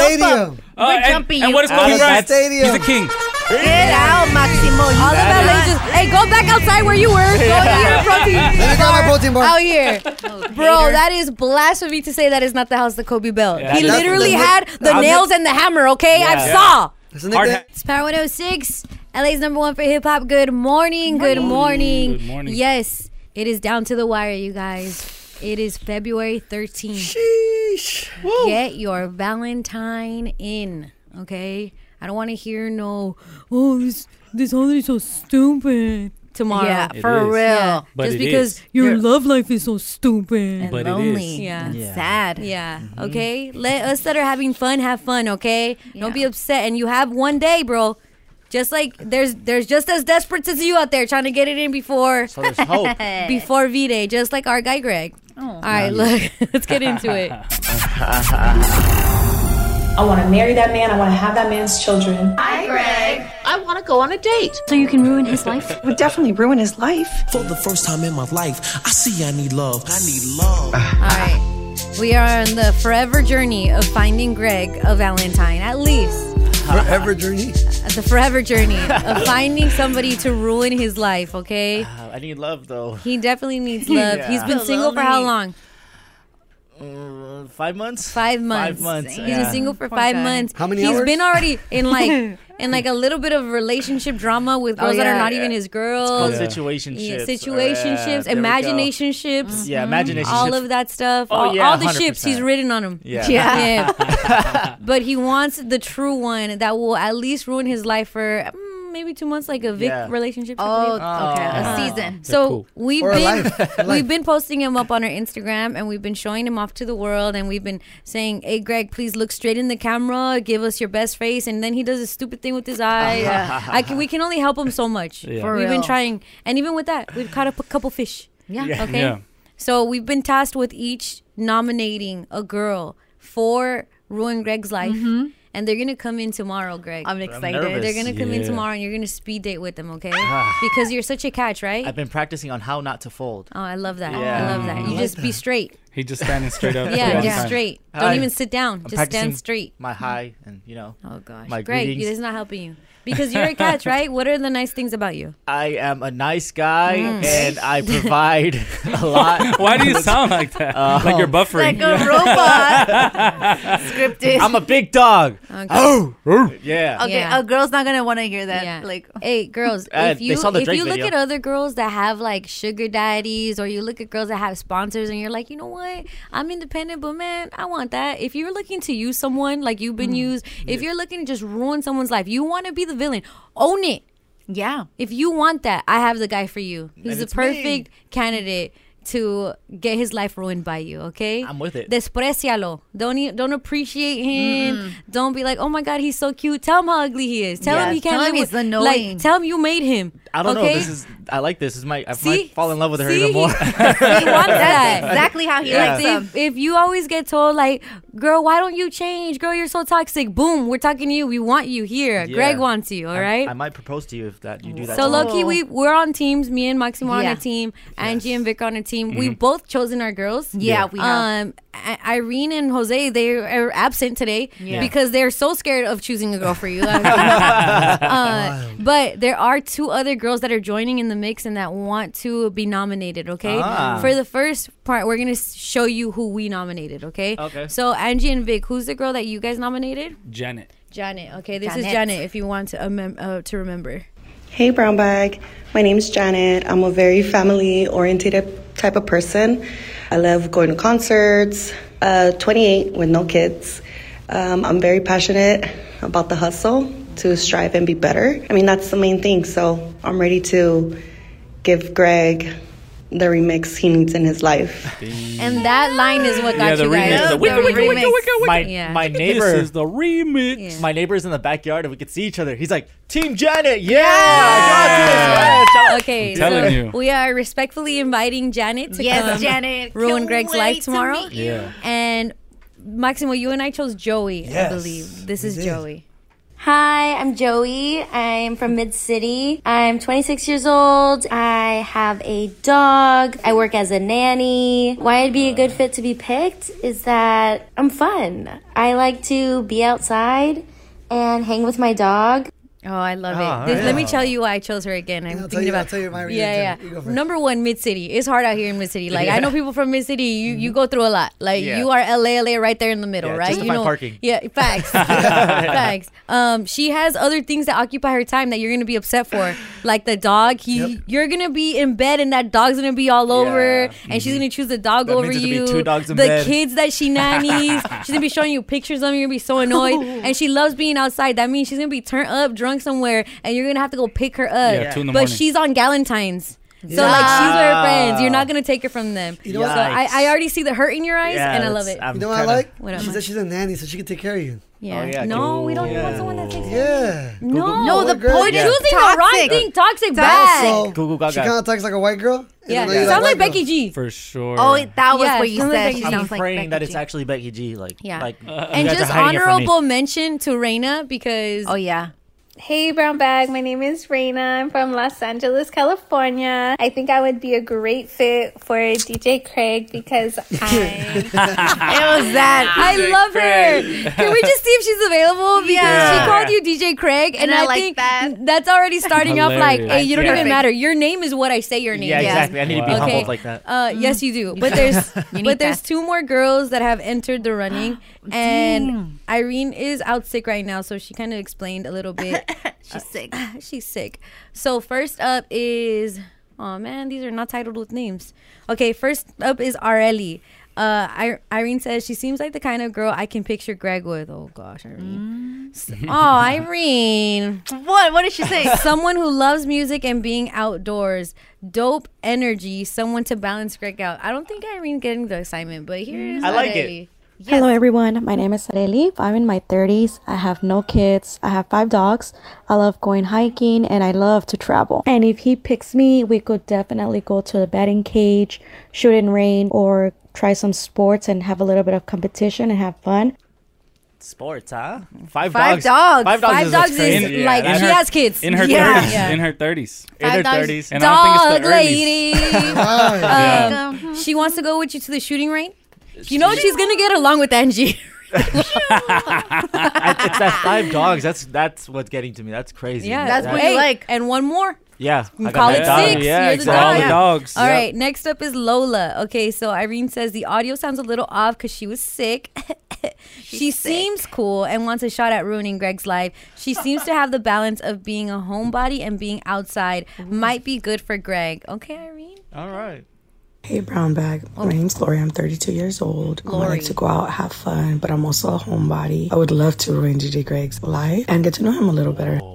stadium. Uh, and, jumping and you what is out Kobe of Bryant? the stadium. He's a king. Get out, Maximo. All of LA just Hey, go back outside where you were. Go eat your protein Let me grab my protein bar. out here. Bro, that is blasphemy to say that is not the house that Kobe built. Yeah, he that's- literally had that's- the that's- nails and the hammer, okay? Yeah. I Yeah. saw. Isn't it Hard that- It's Power 106, LA's number one for hip hop. Good morning, good morning. Good morning. Yes, it is down to the wire, you guys. It is February 13th. Sheesh. Get your Valentine in, okay? I don't want to hear no, oh, this, this holiday's so stupid tomorrow. Yeah, It for is. real. Yeah, But Just it because is. your You're- love life is so stupid And But it lonely is. Yeah. and Yeah. sad. Yeah, okay? Let us that are having fun have fun, okay? Don't be upset. And you have one day, bro. Just like there's there's just as desperate as you out there trying to get it in before so there's hope. before V Day, just like our guy Greg. All right, look, let's get into it. I want to marry that man. I want to have that man's children. Hi, Greg. I want to go on a date. So you can ruin his life? would definitely ruin his life. For the first time in my life, I see I need love. I need love. All right, we are on the forever journey of finding Greg a Valentine, at least Forever journey. the forever journey of finding somebody to ruin his life. Okay, Uh, I need love though. he definitely needs love. He's Yeah. been single for how long? Uh, five months. Five months. Five months. He's yeah. been single for Poor five guy. months. How many He's hours? been already in like in like a little bit of relationship drama with Oh, girls that are yeah, not yeah. even his called girls. situationships. Yeah, situationships, there we go. imaginationships. Yeah, imaginationships. All of that stuff. Oh, all, yeah, all the ships 100%. he's ridden on him. Yeah. Yeah. but he wants the true one that will at least ruin his life for mm, maybe two months, like a Vic Yeah. relationship. I Oh, believe. okay, a Uh, season. So They're cool. we've Or a been life, a we've life. been posting him up on our Instagram, and we've been showing him off to the world, and we've been saying, "Hey, Greg, please look straight in the camera, give us your best face." And then he does a stupid thing with his eyes. Yeah. I can, we can only help him so much. Yeah. For we've been real. trying, and even with that, we've caught up a couple fish. Yeah. Yeah. Okay. Yeah. So we've been tasked with each nominating a girl for ruin Greg's life. And they're gonna come in tomorrow, Greg. I'm excited. nervous. They're gonna come in Yeah. tomorrow, and you're gonna speed date with them, okay? Ah. because you're such a catch, right? I've been practicing on how not to fold. Oh, I love that. Yeah. I love that. Mm. You I like just be straight. He just standing straight up. Yeah, the just time. straight. Don't Hi. even sit down. I'm Just practicing stand straight. My high and you know. Oh gosh, My Greg, greetings. this is not helping you because you're a catch, right? What are the nice things about you? I am a nice guy Mm. and I provide a lot. Uh, Why do you sound like that? like you're buffering. Scripted. I'm a big dog. Oh, yeah. Okay, a girl's not gonna want to hear that. Like, hey, girls, Uh, if they you saw the if Drake you look video. at other girls that have like sugar daddies, or you look at girls that have sponsors, and you're like, you know what, I'm independent, but man, I want that. If you're looking to use someone like you've been Mm. used, if you're looking to just ruin someone's life, you want to be the villain. Own it. Yeah. If you want that, I have the guy for you. He's And the it's me. perfect candidate to get his life ruined by you. Okay. I'm with it. Desprecialo. Don't e- don't appreciate him. Don't be like, oh my god, he's so cute. Tell him how ugly he is. Tell Yeah, him he tell can't him live he's with- annoying. Like, tell him you made him. I don't okay? know. This is I like this. This is my I See? might fall in love with her See? even more. wants that. exactly how he um, Like, likes them. if, if you always get told like, girl, why don't you change? Girl, you're so toxic. Boom, we're talking to you. We want you here. Yeah. Greg wants you. All I- right. I, might propose to you if that you do that. So to me. Loki, we we're on teams. Me and Maximo are on Oh. Yeah. a team. Angie and Vic are on a team. Mm-hmm. We've Mhm. both chosen our girls. Yeah, Yeah. we have. Um, I- Irene and Jose they are absent today Yeah. because they're so scared of choosing a girl for you. Uh, but there are two other girls that are joining in the mix and that want to be nominated. Okay, Ah. for the first part, we're gonna s- show you who we nominated. Okay. Okay. So Angie and Vic, who's the girl that you guys nominated? Janet. Janet. Okay, this is Janet. Janet. If you want to uh, mem- uh, to remember. Hey, Brown Bag. My name's Janet. I'm a very family oriented type of person. I love going to concerts, uh, 28 with no kids. Um, I'm very passionate about the hustle to strive and be better. I mean, that's the main thing. So I'm ready to give Greg the remix he needs in his life. And that line is what got Yeah, the you remix, guys. the wicka, wicka, remix. wicka, wicka. My, Yeah. my This neighbor is the remix. My neighbor's in the backyard and we could see each other. He's like, Team Janet, yeah, I got this, yeah, shout out." Okay, I'm telling so you. we are respectfully inviting Janet to Yes, come Janet. ruin Can't Greg's wait life to tomorrow. meet you. Yeah. And Maximo, you and I chose Joey, I Yes, believe. This we is did. Joey. Hi, I'm Joey. I'm from Mid City. I'm 26 years old. I have a dog. I work as a nanny. Why I'd be a good fit to be picked is that I'm fun. I like to be outside and hang with my dog. Oh, I love Ah, it. This- yeah. Let me tell you why I chose her again. I'm I'll tell thinking you- I'll about. tell you my reason too. yeah, You yeah. Number one, Mid City. It's hard out here in Mid City. Like I know Yeah. people from Mid City. You you go through a lot. Like Yeah. you are LA, LA right there in the middle, Yeah, right? justify You know. parking. Yeah, facts, facts. Um, she has other things that occupy her time that you're gonna be upset for, like the dog. He, you're gonna be in bed and that dog's gonna be all over, and she's gonna choose the dog Mm-hmm. That over means it's you. gonna be two dogs in the bed. kids that she nannies. she's gonna be showing you pictures of them. You're gonna be so annoyed, and she loves being outside. That means she's gonna be turned up, drunk somewhere, and you're gonna have to go pick her up. Yeah, two in but the morning. she's on Galentine's. So Yeah. like she's with her Ah. friends. You're not gonna take it from them. You know what- so I, I already see the hurt in your eyes and I love it. you know what I like? What am she I? said she's a nanny, so she can take care of you. Yeah. Oh, yeah, No, we don't want someone that takes care Yeah. No, no, the girl. point is Yeah. choosing the wrong thing. Toxic Also, bag. She kind of talks like a white girl. and Yeah, I know you sounds like white girls. Becky G. For sure. Oh, it- That was Yeah, what you sounds like said. Becky She G. sounds I'm like praying Becky that it's G. actually Becky G. Like, Yeah. Uh-huh. like and just honorable mention to Raina because oh yeah, Hey, Brown Bag. My name is Raina. I'm from Los Angeles, California. I think I would be a great fit for DJ Craig because I. it was that. I DJ love her. Craig. Can we just see if she's available? Because Yeah. she called you DJ Craig, and, And I I, like think that's already starting off like, hey, Hilarious. you don't Yeah. even matter. Your name is what I say your name. Yeah, is. exactly. I need to be humbled like that. Uh, Yes, you do. But there's but there's two more girls that have entered the running, and Mm. Irene is out sick right now, so she kind of explained a little bit. she's sick. she's sick. So first up is oh man, these are not titled with names. Okay, first up is Areli. Uh, I- Irene says she seems like the kind of girl I can picture Greg with. Oh gosh, Irene. S- Oh, Irene. What? What did she say? Someone who loves music and being outdoors. Dope energy. Someone to balance Greg out. I don't think Irene's getting the assignment, but here's E. I like it. Areli. Hello, everyone. My name is Areli. I'm in my 30s. I have no kids. I have five dogs. I love going hiking and I love to travel. And if he picks me, we could definitely go to the batting cage, shoot in rain, or try some sports and have a little bit of competition and have fun. Sports, huh? Five, Five dogs. dogs. Five dogs. Five is dogs what's crazy. is, like, she has kids. In her Yeah. 30s. Yeah. In her 30s. In her 30s. And I don't think it's Dog the early. lady. Yeah. Um, She wants to go with you to the shooting range. You know she's gonna get along with Angie. I- it's that five dogs. That's that's what's getting to me. That's crazy. Yeah, That- Hey, And one more. Yeah, I got Call that it dog. six. Yeah, You're exactly. the dog. All the dogs. All Yep. right. Next up is Lola. Okay, so Irene says the audio sounds a little off because she was sick. she seems cool and wants a shot at ruining Greg's life. She seems to have the balance of being a homebody and being outside. Might be good for Greg. Okay, Irene. All right. Hey, brown bag. My name's Lori. I'm 32 years old. I Oh. Lori. like to go out, have fun, but I'm also a homebody. I would love to ruin DJ Greg's life and get to know him a little better. Oh.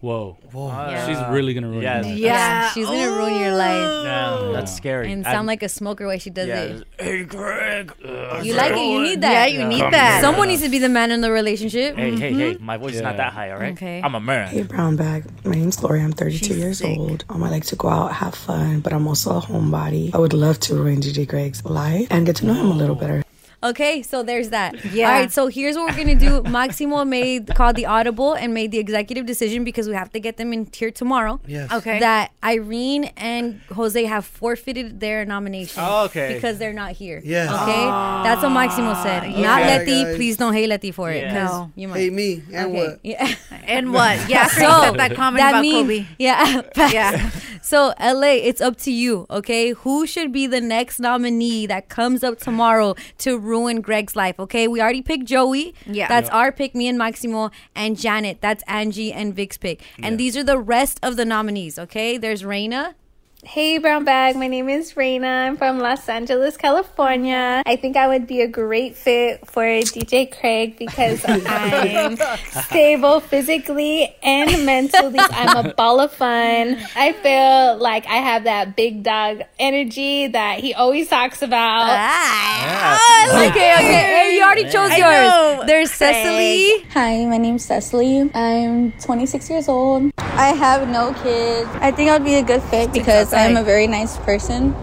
Whoa. She's really going to ruin Yeah. your life. Yeah, she's gonna ruin your life. Yeah, that's scary. And sound I'm- like a smoker way she does Yeah, it. Hey, Greg. uh, You like it. You need that. Yeah, you need Come that. here. Someone needs to be the man in the relationship. Hey, hey, Mhm. hey! My voice is not that high, all right? Okay. I'm a Hey, man. brown bag. My name's Lori. I'm 32 years old. Um, I like to go out, have fun, but I'm also a homebody. I would love to ruin DJ Greg's life and get to know him a little better. Okay, so there's that. Yeah. All right, so here's what we're gonna do. Maximo made called the audible and made the executive decision because we have to get them in here tomorrow. Yes. Okay. That Irene and Jose have forfeited their nomination. Oh, okay. Because they're not here. Yes. Okay. That's what Maximo said. Ah, Not okay. Letty. Guys. Please don't hate Letty for it. Yeah. 'cause No. You might. Hate me, and what? Yeah. And what? Yeah, after you said that comment about Kobe. Yeah. Yeah. So LA, it's up to you, okay? Who should be the next nominee that comes up tomorrow to ruin Greg's life? Okay, we already picked Joey. Yeah. That's Yeah. our pick, me and Maximo and Janet. That's Angie and Vic's pick. And these are the rest of the nominees, okay? There's Raina. Hey, Brown Bag. My name is Raina. I'm from Los Angeles, California. I think I would be a great fit for DJ Craig because I'm stable physically and mentally. I'm a ball of fun. I feel like I have that big dog energy that he always talks about. Oh, Okay, okay. Hey, you already chose Ah. I yours. know. There's Craig. Cecily. Hi, my name's Cecily. I'm 26 years old. I have no kids. I think I'd be a good fit because I'm a very nice person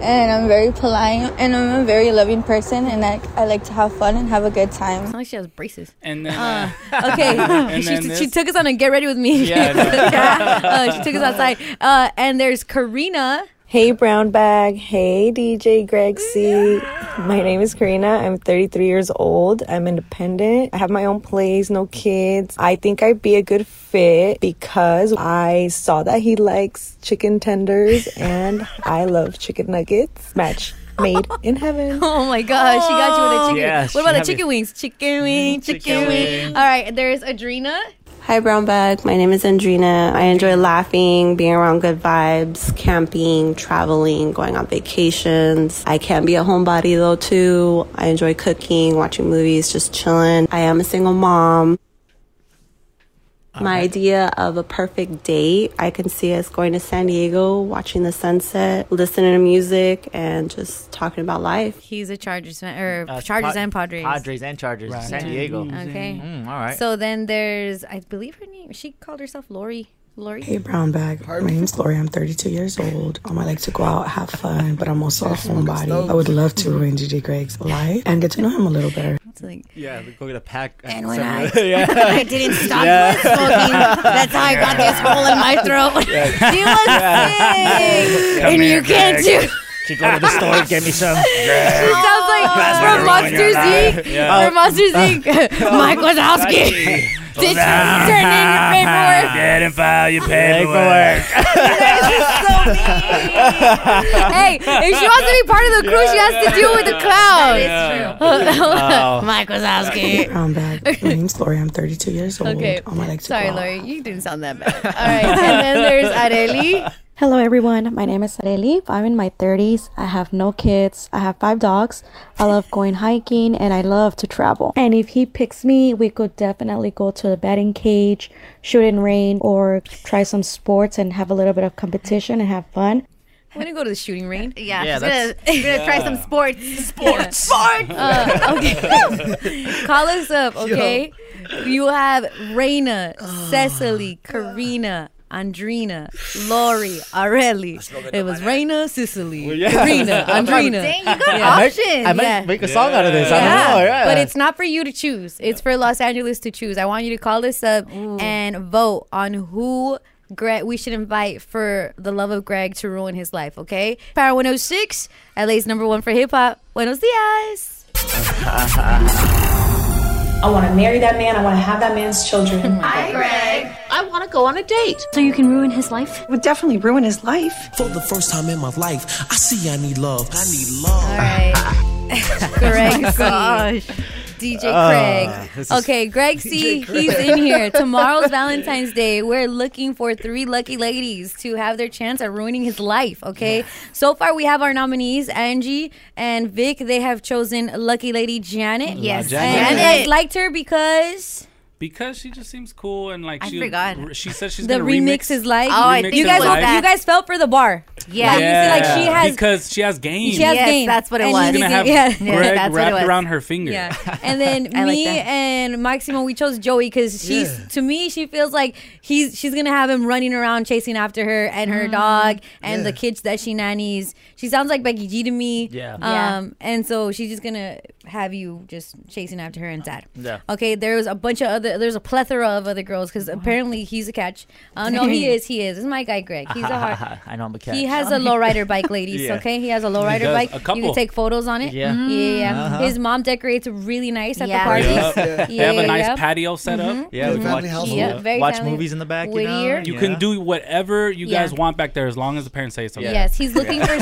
and I'm very polite and I'm a very loving person and I, I like to have fun and have a good time. Sounds like she has braces. And then, Uh, uh, okay, and then she, this- she took us on a get ready with me. Yeah, I know. Yeah. Uh, she took us outside. Uh, and there's Karina. Hey, Brown Bag. Hey, DJ Greg C. My name is Karina. I'm 33 years old. I'm independent. I have my own place, no kids. I think I'd be a good fit because I saw that he likes chicken tenders and I love chicken nuggets. Match made in heaven. Oh my gosh, she got you with a chicken. Yes, what about she the had me. chicken wings? Chicken wing, chicken, wing. wing. All right, there's Adrena. Hi, Brown Bag. My name is Andrina. I enjoy laughing, being around good vibes, camping, traveling, going on vacations. I can be a homebody though, too. I enjoy cooking, watching movies, just chilling. I am a single mom. My idea of a perfect date, I can see us going to San Diego, watching the sunset, listening to music, and just talking about life. He's a Chargers fan, or Uh, Chargers Pa- and Padres. Mm-hmm. Padres and Chargers, San Diego. Okay. Mm, all right. So then there's, I believe her name. She called herself Lori. Lori. Hey, brown bag. My name's Lori. I'm 32 years old. Um, I like to go out, have fun, but I'm also a homebody. I would love to ruin DJ Greg's life and get to know him a little better. Yeah, we go get a pack. And when separate- I- yeah. I didn't stop with smoking, that's how I got this hole in my throat. She was sick, Come and here, you can't Greg. do. She go to the store and get me some. She sounds like Oh. from Monsters Inc. From Monsters Inc. Mike Wazowski. Did you turn in your paperwork? Get and file your paperwork. hey, if she wants to be part of the crew, she has to deal with the cloud. Wow. Mike Hey, Wazowski. brown bag. My name's Lori. I'm 32 years old. Okay. Um, I like to Sorry, Lori, you didn't sound that bad. All right, and then there's Areli. Hello, everyone. My name is Areli. I'm in my 30s. I have no kids. I have five dogs. I love going hiking and I love to travel. And if he picks me, we could definitely go to the batting cage, shoot in rain, or try some sports and have a little bit of competition and have fun. I'm gonna go to the shooting range. Yeah, Yeah, she's gonna, that's- she's gonna try Yeah. some sports. Sports. Sports. Uh, okay. Call us up, okay? You have Raina, Cecily, Karina. Andrina, Lori, Arelli. It was Raina, Cecily, yeah. Oh, Karina, Andrina. Dang, you got yeah. I might- I might yeah. make a song out of this. I don't Yeah. know, yeah. But it's not for you to choose. It's for Los Angeles to choose. I want you to call this up and vote on who Greg we should invite for the love of Greg to ruin his life, okay? Power 106, LA's number one for hip hop. Buenos dias. I want to marry that man. I want to have that man's children. I, Greg. I want to go on a date. So you can ruin his life? Would definitely ruin his life. For the first time in my life, I see I need love. I need love. All right. Oh Oh Greg C. DJ Uh, Ah, Craig. this is- okay, Greg C. He's in here. Tomorrow's Valentine's Day. We're looking for three lucky ladies to have their chance at ruining his life. Okay. So far, we have our nominees, Angie and Vic. They have chosen lucky lady Janet. Yes. Janet. And Janet. I liked her because because she just seems cool and like I she forgot. Oh, she said she's the gonna remix, remix is like. remix his you guys, life. you guys fell for the bar. Like, you see, like she has because she has game. She has game. And She's you gonna can- have yeah. Greg wrapped around her finger. Yeah. And then I like me that. and Maximo, we chose Joey because she's Yeah. to me she feels like he's she's gonna have him running around chasing after her and her dog and the kids that she nannies. She sounds like Becky G to me. Yeah. Um. Yeah. And so she's just gonna have you just chasing after her and sad. Yeah. Okay. There was a bunch of other. There's a plethora of other girls because apparently he's a catch. Uh, no, he is. He is. This is my guy Greg. He's a hard. I know I'm a cat. He has a lowrider bike, ladies. Yeah. Okay, he has a He lowrider does. bike. A You couple. can take photos on it. Mm-hmm. Yeah. yeah. yeah. Uh-huh. His mom decorates really nice at Yeah. the parties. Yep. They have a nice yeah. patio set up. Mhm. Yeah, we can watch, Yeah, very watch family. movies in the back. You, know? Whittier. You can do whatever you Yeah. guys want back there as long as the parents say something. Yes, he's looking for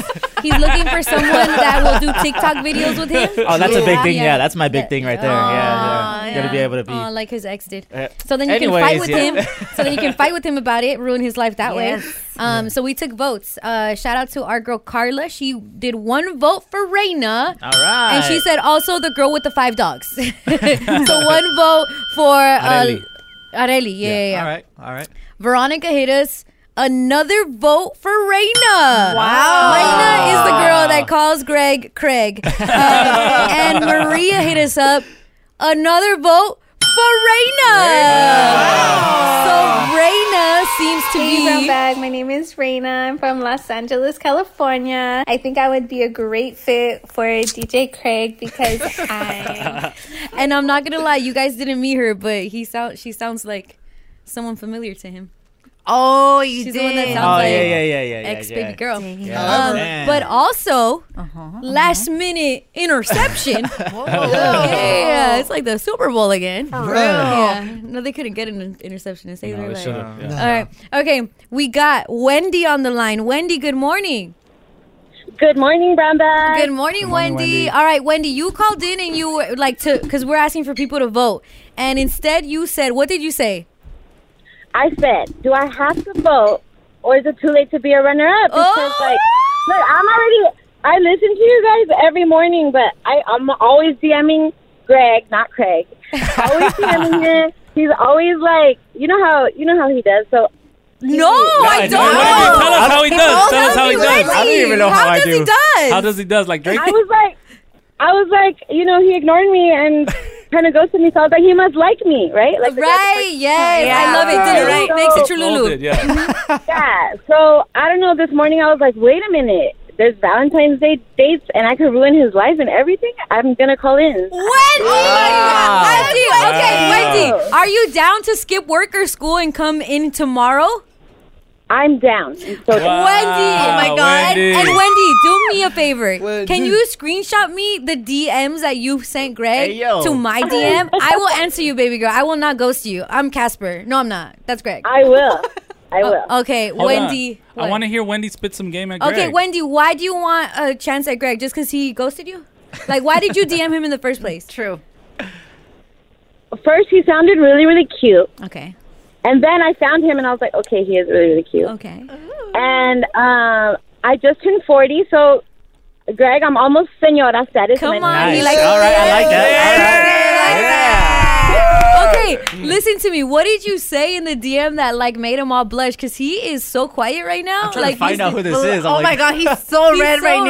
he's looking for someone that will do TikTok videos with him. Oh, that's a big thing. Yeah, Yeah. that's my big thing right there. yeah, yeah. You gotta be able to be. Oh, like his ex did. Uh, So then you can fight anyways, with yeah. him. So then you can fight with him about it, ruin his life that Yes. way. Um, so we took votes. Uh, shout out to our girl Carla. She did one vote for Raina. All right. And she said also the girl with the five dogs. so one vote for uh, Areli. Areli. Yeah, yeah, yeah. All right. All right. Veronica hit us. Another vote for Raina. Wow. Raina is the girl that calls Greg Craig. Um, and Maria hit us up. Another vote for Raina. So Raina seems to Hey, be. brown bag. My name is Raina. I'm from Los Angeles, California. I think I would be a great fit for DJ Craig because I'm And I'm not gonna lie, you guys didn't meet her, but he sound she sounds like someone familiar to him. Oh, you She's did. the one that sounds Oh, like yeah, yeah, yeah, yeah, yeah, ex yeah. baby girl. Yeah. Um, Damn. but also last minute interception. Uh, yeah, it's like the Super Bowl again. For real. Yeah. No, they couldn't get an interception and save No, their they life. shouldn't. Yeah. All right. Okay, we got Wendy on the line. Wendy, good morning. Good morning, Brown Bag. Good morning, Wendy. All right, Wendy, you called in and you were like to because we're asking for people to vote, and instead you said, "What did you say?" I said, do I have to vote or is it too late to be a runner up? Because, like, look, I'm already, I listen to you guys every morning, but I, I'm always DMing Greg, not Craig. Always DMing him. He's always like, you know how, you know how he does. So, no, I Tell us how he does. Tell us how he does. I don't even know how I do. How does he does? Like Drake? I was like, I was like, you know, he ignored me and kind of ghosted me. So I was like, he must like me, right? Like the guy that Right? first- Yes, I love it. Did it right. Makes it Trululu. yeah. So I don't know. This morning I was like, wait a minute. There's Valentine's Day dates, and I could ruin his life and everything. I'm gonna call in. Wendy, Wendy, okay, Wendy, are you down to skip work or school and come in tomorrow? I'm down. So Wendy, oh my god. Wendy. And, and Wendy, do me a favor. Can you screenshot me the DMs that you sent Greg Hey, yo. to my DM? I will answer you, baby girl. I will not ghost you. I'm Casper. No, I'm not. That's Greg. I will. I will. okay, Hold on. Wendy. I want to hear Wendy spit some game at Greg. Okay, Wendy, why do you want a chance at Greg? Just because he ghosted you? Like, why did you DM him in the first place? True. First, he sounded really, really cute. Okay. And then I found him, and I was like, okay, he is really, really cute. Okay. And um, I just turned forty, so Greg, I'm almost senora status. Come on, he Nice. likes- All right, I like that. Okay, listen to me. What did you say in the DM that like made him all blush? Because he is so quiet right now. trying to like, find he's- out who this is. I'm oh my like- god, he's so red right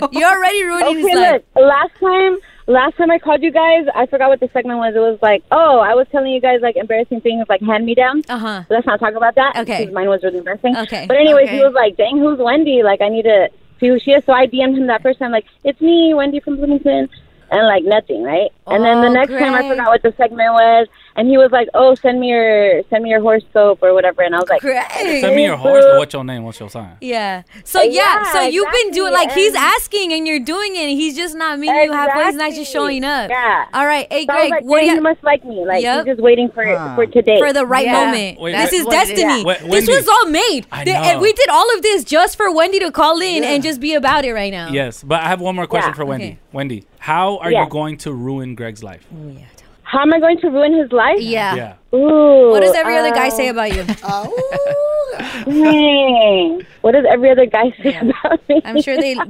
now. You're already ruining his life. Look, last time, last time I called you guys, I forgot what the segment was. It was like, oh, I was telling you guys like embarrassing things, like hand me downs. Uh huh. Let's not talk about that. Okay. because mine was really embarrassing. Okay. But anyways, Okay. he was like, dang, who's Wendy? Like, I need to see who she is. So I DM'd him that first time, like, it's me, Wendy from Bloomington. And like nothing, right? And then the Oh, next time I great. forgot what the segment was, and he was like, "Oh, send me your send me your horse soap or whatever," and I was like, Great. Send me your horse. but What's your name? What's your sign? Yeah. So Uh, yeah. yeah, so you've been doing like exactly, he's and- asking and you're doing it. And he's just not meeting you halfway. He's not just showing up. Yeah. All right. Hey, So I was Greg. like, what do "Dang, you he must like me. Like Yep. he's just waiting for for today, For the right moment. Wait, this Wen- is destiny. Wen- this Wendy. was all made. I The- know. and we did all of this just for Wendy to call in and just be about it right now. Yes, but I have one more question Yeah. for Wendy. Okay. Wendy, how are Yeah. you going to ruin Greg's life? Mm. How am I going to ruin his life? Yeah. Ooh. What does every other guy um, say about you? dang. What does every other guy say about me? I'm sure they. I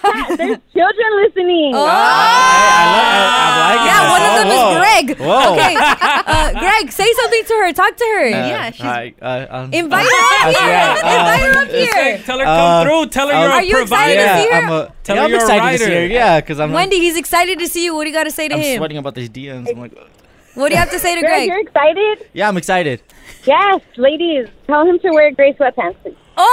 can't. There's children listening. Oh, yeah, one of them Whoa, whoa. is Greg. Whoa. Okay, uh, Greg, say something to her. Talk to her. I, I, I'm- Invite her I- up here. I- Invite her up Just here. Tell her come through. Tell her um, you're a Are you excited provider. to yeah, see her? I'm a, Tell yeah, her I'm you're a excited to see writer. her. Yeah, because I'm, Wendy, he's excited to see you. What do you got to say to I'm him? sweating about these DMs. I'm like, What do you have to say to Greg, Greg? you're excited? yeah, I'm excited. Yes, ladies. Tell him to wear gray sweatpants. Please. Oh! Oh!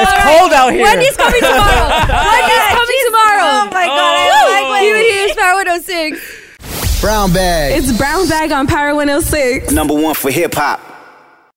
It's cold out here. Wendy's coming tomorrow. Wendy's coming tomorrow. Oh my God, I like Wendy. He would hear Power 106. Brown bag. It's Brown Bag on Power 106. Number one for hip hop.